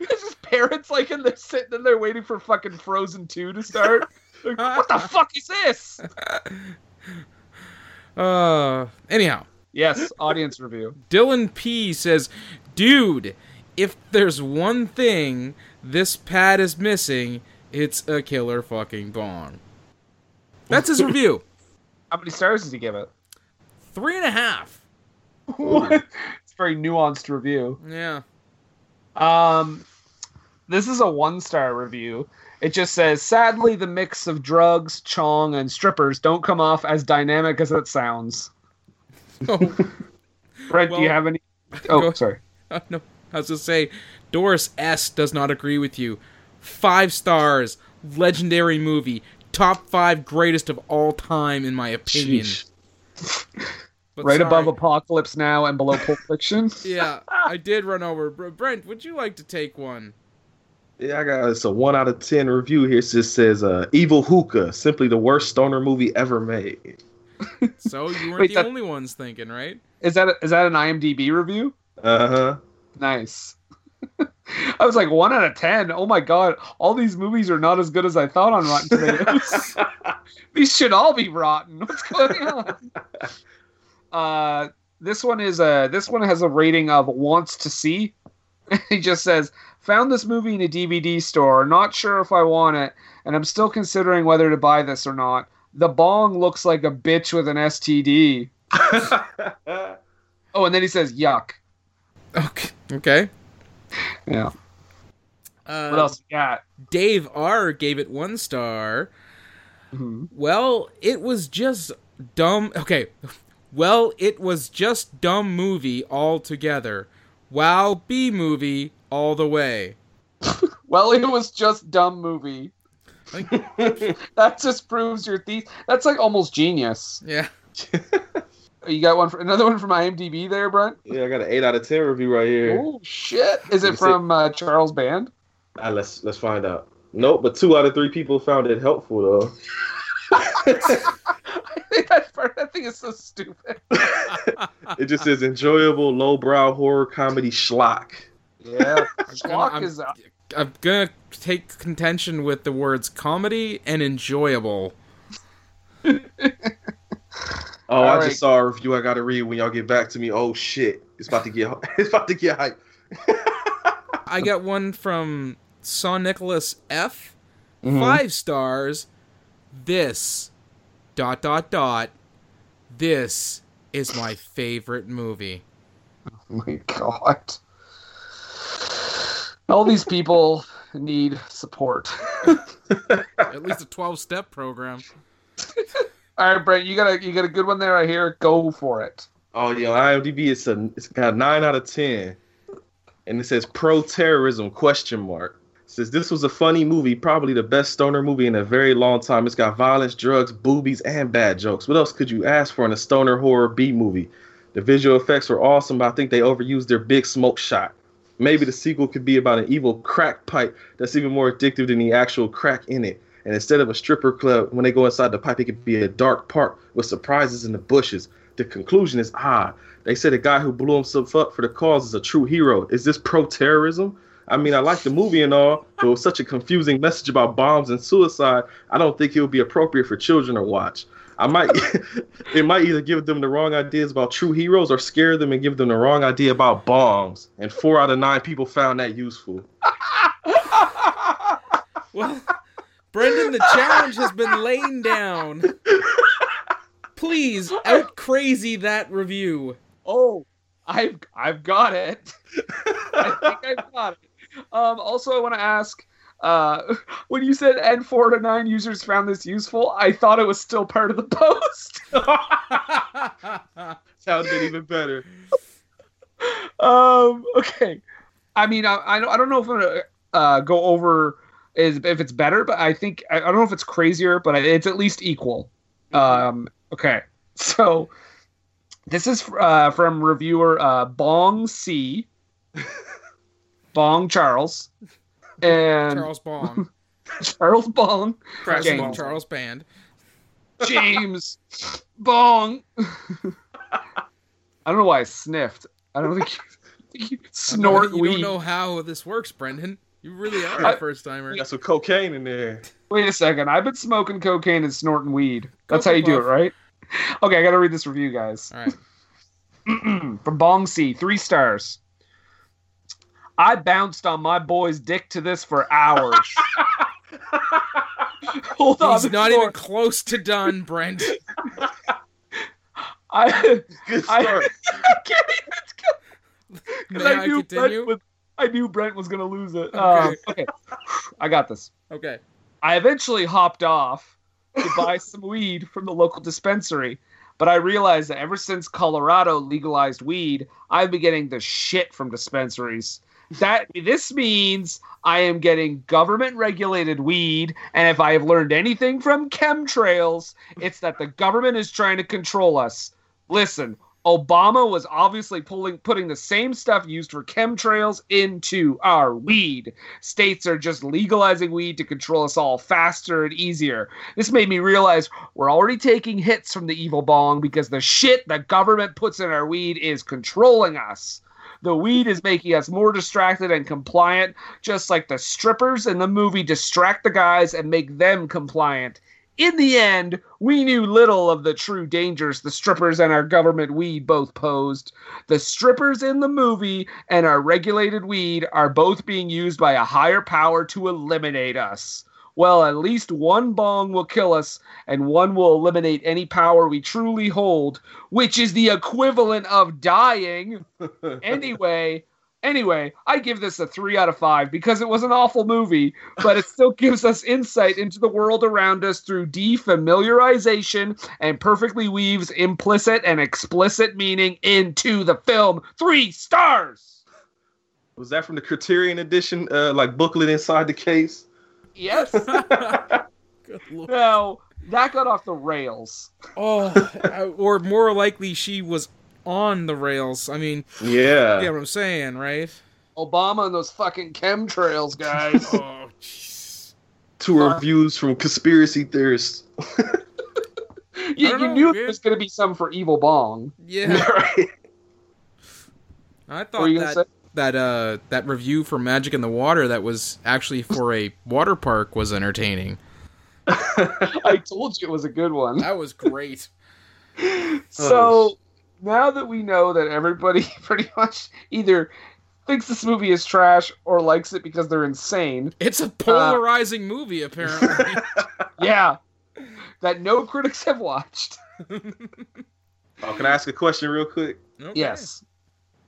It's just parents like in there sitting in there waiting for fucking Frozen 2 to start. Like, what the fuck is this?
Uh, anyhow,
Yes, audience review.
Dylan P says, "Dude, if there's one thing this pad is missing. It's a killer fucking bomb. That's his review.
How many stars did he give it?
Three and a half.
What? It's a very nuanced review.
Yeah.
Um, this is a one star review. It just says, sadly, the mix of drugs, chong, and strippers don't come off as dynamic as it sounds.
Oh.
Brent, do you
Well-
have any? Oh,
Go-
sorry.
Uh, no, I was gonna say, Doris S does not agree with you. Five stars, legendary movie, top five greatest of all time in my opinion.
Sheesh.
But
right
sorry.
above Apocalypse Now and below Pulp Fiction.
yeah, I did run over. Br- Brent, would you like to take one?
Yeah, I got it's a one out of ten review here. It just says uh, "Evil Hookah," simply the worst stoner movie ever made.
So you weren't
Wait,
the
that-
only ones thinking, right?
Is that is that an IMDb review?
Uh huh.
Nice. I was like one out of ten. Oh my god! All these movies are not as good as I thought on Rotten Tomatoes. these should all be rotten. What's going on? Uh, this one is a this one has a rating of wants to see. he just says found this movie in a DVD store. Not sure if I want it, and I'm still considering whether to buy this or not. The bong looks like a bitch with an STD. Oh, and then he says yuck.
Okay. Okay.
Yeah.
Uh,
What else you got?
Dave R gave it one star.
Mm-hmm.
Well, it was just dumb. Okay. Well, it was just dumb movie altogether. Wow, B movie all the way.
Well, it was just dumb movie.
Like-
that just proves your thesis. That's like almost genius.
Yeah.
You got one for another one from IMDb there, Brent.
Yeah, I got an eight out of ten review right here.
Oh shit! Is
Let me
it
see.
from uh, Charles Band?
Ah, let's let's find out. Nope, but two out of three people found it helpful though.
I think that part, that thing is so stupid.
It just says enjoyable lowbrow horror comedy schlock.
Yeah,
I'm-
Schlock is. uh,
I'm gonna take contention with the words comedy and enjoyable.
Oh,
All
I
right.
just saw a review I gotta read when y'all get back to me. Oh shit, it's about to get it's about to get hype.
I got one from Son Nicholas F. Five stars. This dot dot dot. This is my favorite movie.
Oh my god! All these people need support.
At least a twelve step program.
All right, Brent, you got a you got a good one there. I hear. Go for it.
Oh yeah, IMDb it's a it's got a nine out of ten, and it says pro terrorism question mark. It says this was a funny movie, probably the best stoner movie in a very long time. It's got violence, drugs, boobies, and bad jokes. What else could you ask for in a stoner horror B movie? The visual effects were awesome, but I think they overused their big smoke shot. Maybe the sequel could be about an evil crack pipe that's even more addictive than the actual crack in it. And instead of a stripper club, when they go inside the pipe, it could be a dark park with surprises in the bushes. The conclusion is odd. They say the guy who blew himself up for the cause is a true hero. Is this pro terrorism? I mean, I like the movie and all, but with such a confusing message about bombs and suicide, I don't think it would be appropriate for children to watch. I might, it might either give them the wrong ideas about true heroes or scare them and give them the wrong idea about bombs. And four out of nine people found that useful.
Well, Brendan, the challenge has been laid down. Please out crazy that review.
Oh, I've I've got it. I think I've got it. Um, also, I want to ask uh, when you said N four to nine users found this useful, I thought it was still part of the post.
Sounded even better.
um, okay. I mean, I I don't, I don't know if I'm gonna uh, go over is if it's better, but I think I, I don't know if it's crazier, but it's at least equal. Um, okay, so this is uh, from reviewer uh, Bong C. Bong Charles and Charles,
Charles Bong.
Bong
Charles
James.
Bong, Charles Band.
James Bong. I don't know why I sniffed. I don't think you, think you snort
you
weed.
don't know how this works, Brendan. You really are a
I-
first timer.
Got some cocaine in there.
Wait a second. I've been smoking cocaine and snorting weed. That's how you do it,
Cocoa
right? Okay, I gotta read this review, guys.
All right.
From Bong C, three stars. I bounced on my boy's dick to this for hours. Hold on,
He's not
before-
even close to done, Brent.
I
Good
I-
start.
I can't
May
even because I,
I
knew
continue?
Brent was I knew Brent was gonna lose it. Okay, okay. I got this.
Okay.
I eventually hopped off to buy some weed from the local dispensary, but I realized that ever since Colorado legalized weed, I've been getting the shit from dispensaries. That this means I am getting government regulated weed, and if I have learned anything from chemtrails, it's that the government is trying to control us. Listen, Obama was obviously pulling putting the same stuff used for chemtrails into our weed. States are just legalizing weed to control us all faster and easier. This made me realize we're already taking hits from the evil bong because the shit the government puts in our weed is controlling us. The weed is making us more distracted and compliant, just like the strippers in the movie distract the guys and make them compliant. In the end, we knew little of the true dangers the strippers and our government weed both posed. The strippers in the movie and our regulated weed are both being used by a higher power to eliminate us. Well, at least one bong will kill us, and one will eliminate any power we truly hold, which is the equivalent of dying. anyway, anyway, I give this a three out of five because it was an awful movie, but it still gives us insight into the world around us through defamiliarization and perfectly weaves implicit and explicit meaning into the film. Three stars.
Was that from the Criterion edition, uh, like booklet inside the case?
Yes. no, that got off the rails.
Oh, I- or more likely, she was on the rails. I mean,
Yeah.
you get what I'm saying, right?
Obama and those fucking chemtrails, guys.
Oh, jeez.
Two reviews from conspiracy theorists.
you,
don't
you
know,
knew
man.
there was going to be some for Evil Bong.
Yeah,
Right.
I thought
What were you going
that
to say?
that uh that review for Magic in the Water that was actually for a water park was entertaining.
I told you it was a good one.
That was great.
So now that we know that everybody pretty much either thinks this movie is trash or likes it because they're insane,
It's a polarizing movie, apparently.
yeah, that no critics have watched.
Oh, can I ask a question real quick?
Okay.
Yes,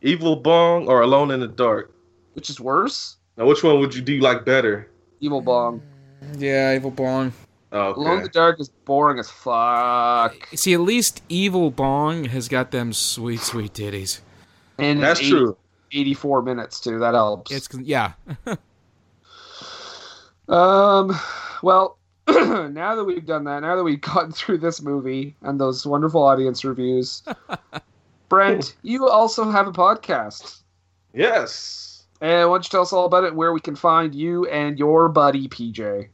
Evil Bong or Alone in the Dark?
which is worse.
Now, which one would you do you like better?
Evil
Mm.
Bong.
Yeah, Evil Bong.
Oh, okay.
Alone in the Dark is boring as fuck.
See, at least Evil Bong has got them sweet, sweet titties.
And
That's true.
84 minutes too. That helps.
It's yeah.
Um, well, now that we've done that, now that we've gotten through this movie and those wonderful audience reviews, Brent, you also have a podcast.
Yes.
And why don't you tell us all about it and where we can find you and your buddy PJ?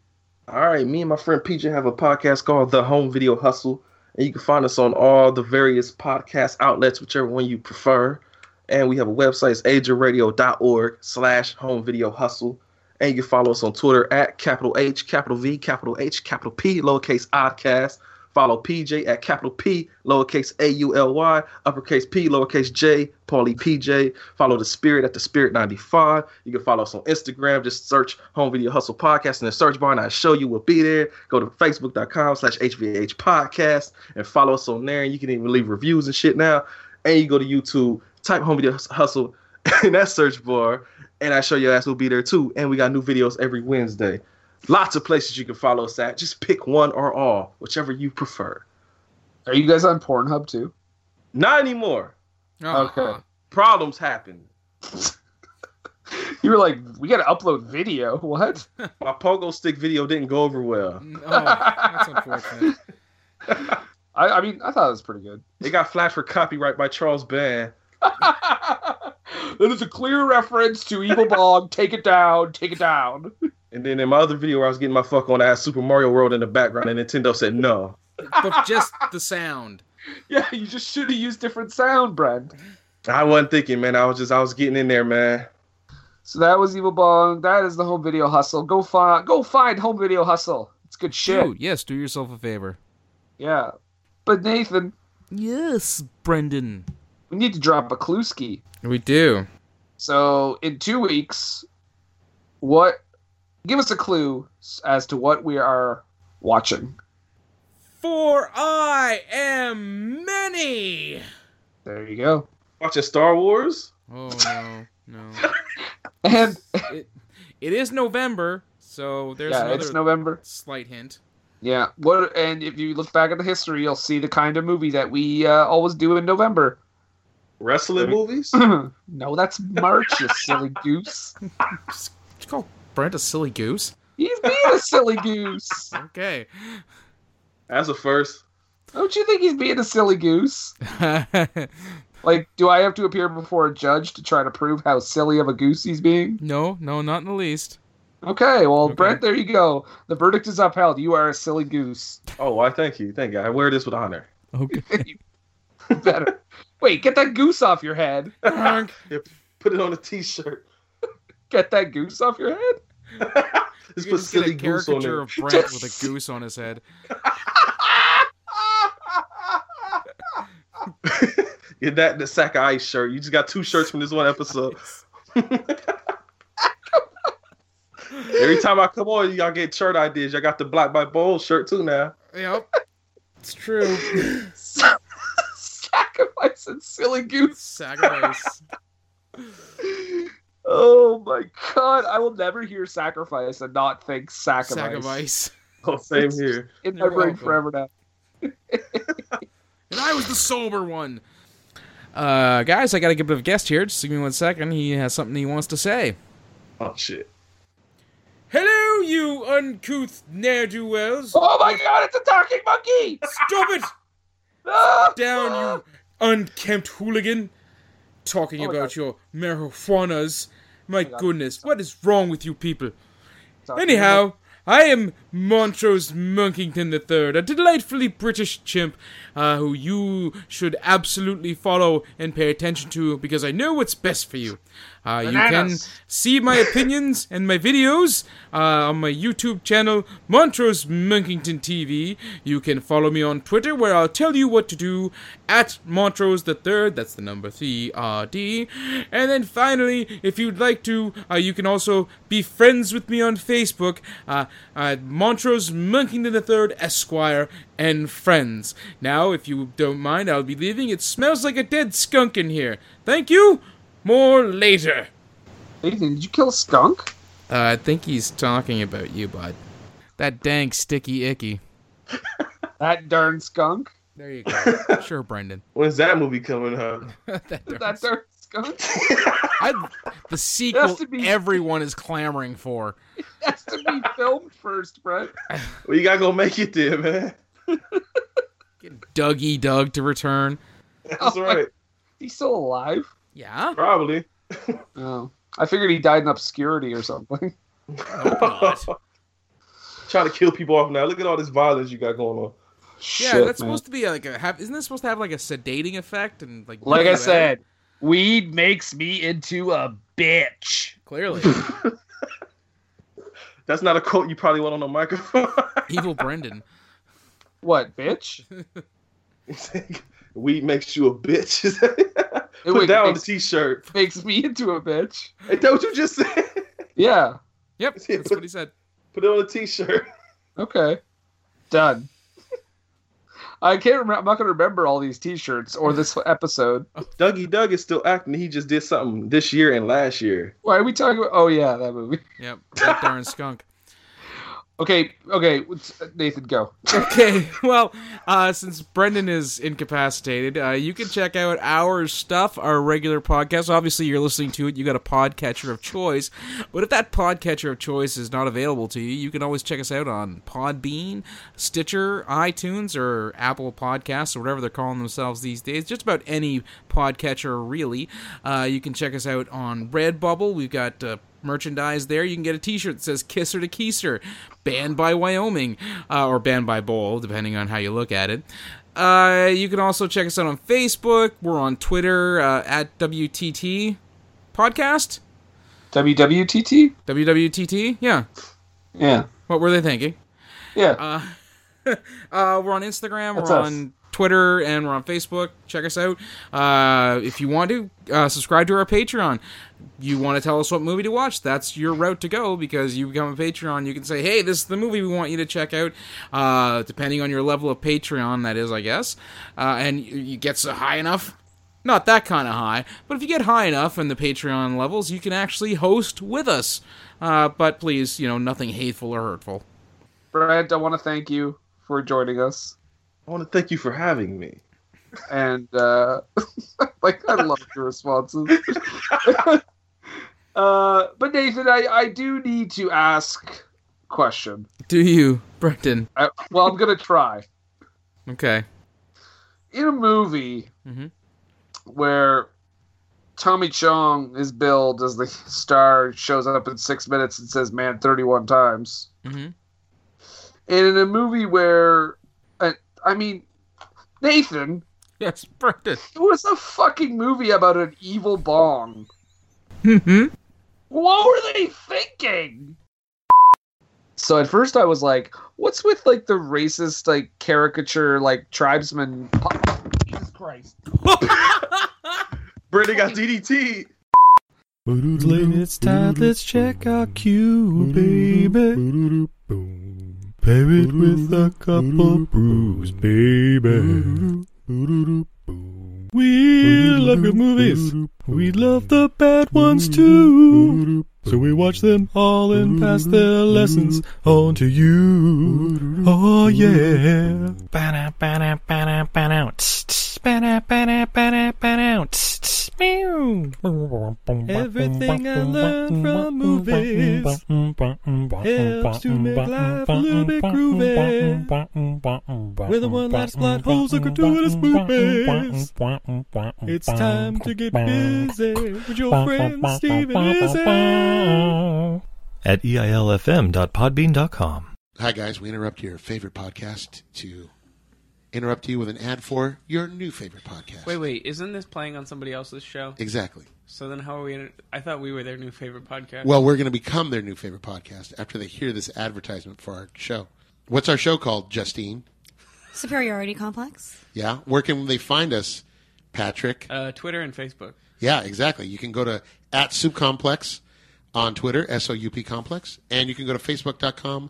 All right, me and my friend PJ have a podcast called The Home Video Hustle, and you can find us on all the various podcast outlets, whichever one you prefer. And we have a website, it's agerradio.org slash home video hustle. And you can follow us on Twitter at capital H, capital V, capital H, capital P, lowercase oddcast. Follow PJ at capital P, lowercase A U L Y, uppercase P, lowercase J, Paulie PJ. Follow the Spirit at the Spirit 95. You can follow us on Instagram. Just search Home Video Hustle Podcast in the search bar, and I show you will be there. Go to facebook.com slash HVH Podcast and follow us on there. And you can even leave reviews and shit now. And you go to YouTube, type Home Video Hus- Hustle in that search bar, and I show your ass will be there too. And we got new videos every Wednesday. Lots of places you can follow us at. Just pick one or all, whichever you prefer.
Are you guys on Pornhub too?
Not anymore.
Oh,
Okay.
Problems happen.
You were like, we gotta upload video. What?
My pogo stick video didn't go over well.
no, Oh, that's unfortunate.
I, I mean, I thought it was pretty good.
It got flagged for copyright by Charles Band.
that is a clear reference to Evil Bog. Take it down. Take it down.
And then in my other video where I was getting my fuck on, I had Super Mario World in the background, and Nintendo said no.
But just the sound.
Yeah, you just should have used different sound, Brent.
I wasn't thinking, man. I was just, I was getting in there, man.
So that was Evil Bong. That is the Home Video Hustle. Go find, go find Home Video Hustle. It's good shit.
Dude, yes, do yourself a favor.
Yeah. But Nathan,
Yes, Brendan.
we need to drop a Kluski.
We do.
So in two weeks, what? Give us a clue as to what we are watching.
For I am many.
There you go.
Watching Star Wars.
Oh no, no.
And
It, it is November, so there's
yeah,
another
it's November.
slight hint.
Yeah. What? And if you look back at the history, you'll see the kind of movie that we uh, always do in November.
Wrestling movies?
No, that's March, you silly goose.
Did you call Brent a silly goose?
He's being a silly goose.
Okay.
That's a first.
Don't you think he's being a silly goose? Like, do I have to appear before a judge to try to prove how silly of a goose he's being?
no, no, not in the least.
Okay, well, Brent, there you go. The verdict is upheld. You are a silly goose.
Oh, why? Thank you, thank you. I wear this with honor.
Okay.
Better. Wait, get that goose off your head.
Yeah, Put it on a T-shirt.
Get that goose off your head.
Just
You
put
just get
silly
a
goose on
caricature
it.
of Brent with a goose on his head.
Ah!
Get that the sack of ice shirt. You just got two shirts from this one episode. Every time I come on, y'all get shirt ideas. Y'all got the Black by Bold shirt too now.
Yep. It's true.
Sacrifice and silly goose.
Sacrifice.
Oh my god, I will never hear sacrifice and not think sacrifice.
Sack of ice.
Oh, same here.
In my
You're
brain
welcome.
forever now.
And I was the sober one. Uh, guys, I got to get a bit of a guest here. Just give me one second. He has something he wants to say.
Oh shit.
Hello, you uncouth ne'er do wells.
Oh my god, it's a talking monkey!
Stop it!
Ah!
Down, you unkempt hooligan. Talking
Oh my Oh
about your marijuanas. My
God.
goodness, what is wrong with you people?
Talking
Anyhow, I am Montrose Munkington III, a delightfully British chimp uh, who you should absolutely follow and pay attention to because I know what's best for you. Uh, you can
Bananas.
see my opinions and my videos uh, on my YouTube channel, Montrose Munkington TV. You can follow me on Twitter where I'll tell you what to do at Montrose the Third. That's the number three R D. And then finally, if you'd like to, uh, you can also be friends with me on Facebook, uh, uh, Montrose Munkington the Third Esquire and friends. Now, if you don't mind, I'll be leaving. It smells like a dead skunk in here. Thank you. More later.
Nathan, did you kill a skunk?
Uh, I think he's talking about you, bud. That dank, sticky, icky.
That darn skunk.
There you go. sure, Brendan.
When's that movie coming up?
That darn skunk.
I, the
It
sequel
has to be-
everyone is clamoring for.
has to be filmed first, Brett.
Well, you gotta go make it there, man.
Dougie Doug to return.
That's
Oh, my-
right.
He's still alive.
Yeah.
Probably.
Oh, I figured he died in obscurity or something. Oh,
Trying to kill people off now. Look at all this violence you got going on.
Yeah,
Shit,
that's
man.
supposed to be like a. Have, isn't that supposed to have like a sedating effect and like?
Like
you
I
know,
said, weed makes me into a bitch.
clearly,
That's not a quote you probably want on the microphone.
evil Brendan.
What, bitch?
Weed makes you a bitch. Put
wait,
that on the
makes-
t-shirt.
Makes me into a bitch.
Ain't that what you just said?
Yeah.
Yep, that's what he said.
Put it on a t-shirt.
Okay. Done. I can't remember. I'm not gonna remember all these T-shirts or this episode.
Dougie Doug is still acting. He just did something this year and last year.
Why are we talking about? Oh yeah, that movie.
Yep, that darn skunk.
Okay, okay. what's- Nathan, go.
Okay, well, uh, since Brendan is incapacitated, uh, you can check out our stuff, our regular podcast. Obviously, you're listening to it, you got a podcatcher of choice. But if that podcatcher of choice is not available to you, you can always check us out on Podbean, Stitcher, iTunes, or Apple Podcasts, or whatever they're calling themselves these days. Just about any podcatcher, really. Uh, you can check us out on Redbubble. We've got. Uh, merchandise there. You can get a T-shirt that says "Kisser to Keister," banned by Wyoming, uh, or banned by Bowl, depending on how you look at it. Uh, you can also check us out on Facebook. We're on Twitter uh, at WTT Podcast.
WWTT.
WWTT, yeah.
Yeah.
What were they thinking?
Yeah.
Uh, we're on Instagram.
That's
we're
us.
on Twitter and we're on Facebook. Check us out. Uh, if you want to, uh, subscribe to our Patreon. You want to tell us what movie to watch? That's your route to go because you become a Patreon. You can say, "Hey, this is the movie we want you to check out." Uh, depending on your level of Patreon, that is, I guess, uh, and you you get so high enough not that kind of high, but if you get high enough in the Patreon levels, you can actually host with us. Uh, but please, you know, nothing hateful or hurtful.
Brad, I want to thank you for joining us.
I want to thank you for having me.
And uh, like, I love your responses. uh, but Nathan, I, I do need to ask question.
Do you, Brendan?
I, well, I'm gonna try.
Okay.
In a movie
Mhm.
where Tommy Chong is billed as the star, shows up in six minutes and says "man" 31 times.
Mm-hmm.
And in a movie where, uh, I mean, Nathan,
Yes, Brendan.
it was a fucking movie about an evil bong.
Mm-hmm.
What were they thinking? So at first I was like, what's with like the racist like caricature like tribesman Jesus Christ.
Brittany got DDT.
It's time, let's check our cue, baby. Pair it with a couple brews, baby. We love good movies. We love the bad ones too. So we watch them all and pass their lessons on to you. Oh yeah.
Ba-da, ba-da, ba-da, ba-da. Tss, tss, ba-da, ba-da, ba-da, ba-da. Tss, tss, meow.
Everything I learned from movies helps to make life a little bit groovy. With a one last plot holes and gratuitous movies. It's time to get busy with your friend Steven Izzy.
at eilfm.podbean.com.
Hi, guys. We interrupt your favorite podcast to interrupt you with an ad for your new favorite podcast.
Wait, wait, isn't this playing on somebody else's show?
Exactly.
So then how are we in I thought we were their new favorite podcast.
Well, we're going to become their new favorite podcast after they hear this advertisement for our show. What's our show called, Justine?
Superiority complex.
Yeah. Where can they find us, Patrick?
uh, Twitter and Facebook.
Yeah, exactly. You can go to at Soup Complex on Twitter, S O U P Complex, and you can go to Facebook.com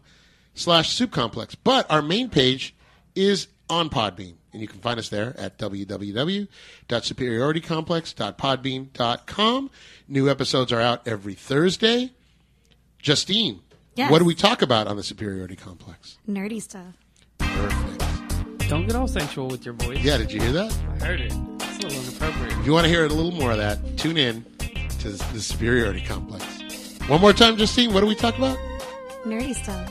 slash Soup Complex. But our main page is on Podbean, and you can find us there at www.superioritycomplex.podbean.com. New episodes are out every Thursday. Justine,
Yes.
what do we talk about on the Superiority Complex?
Nerdy stuff.
Don't get all sexual with your voice.
Yeah, did you hear that?
I heard it. It's a little inappropriate.
If you want to hear a little more of that, tune in to the Superiority Complex. One more time, Justine, what do we talk about?
Nerdy stuff.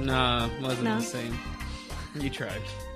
Nah, wasn't
No.
the same. You tried.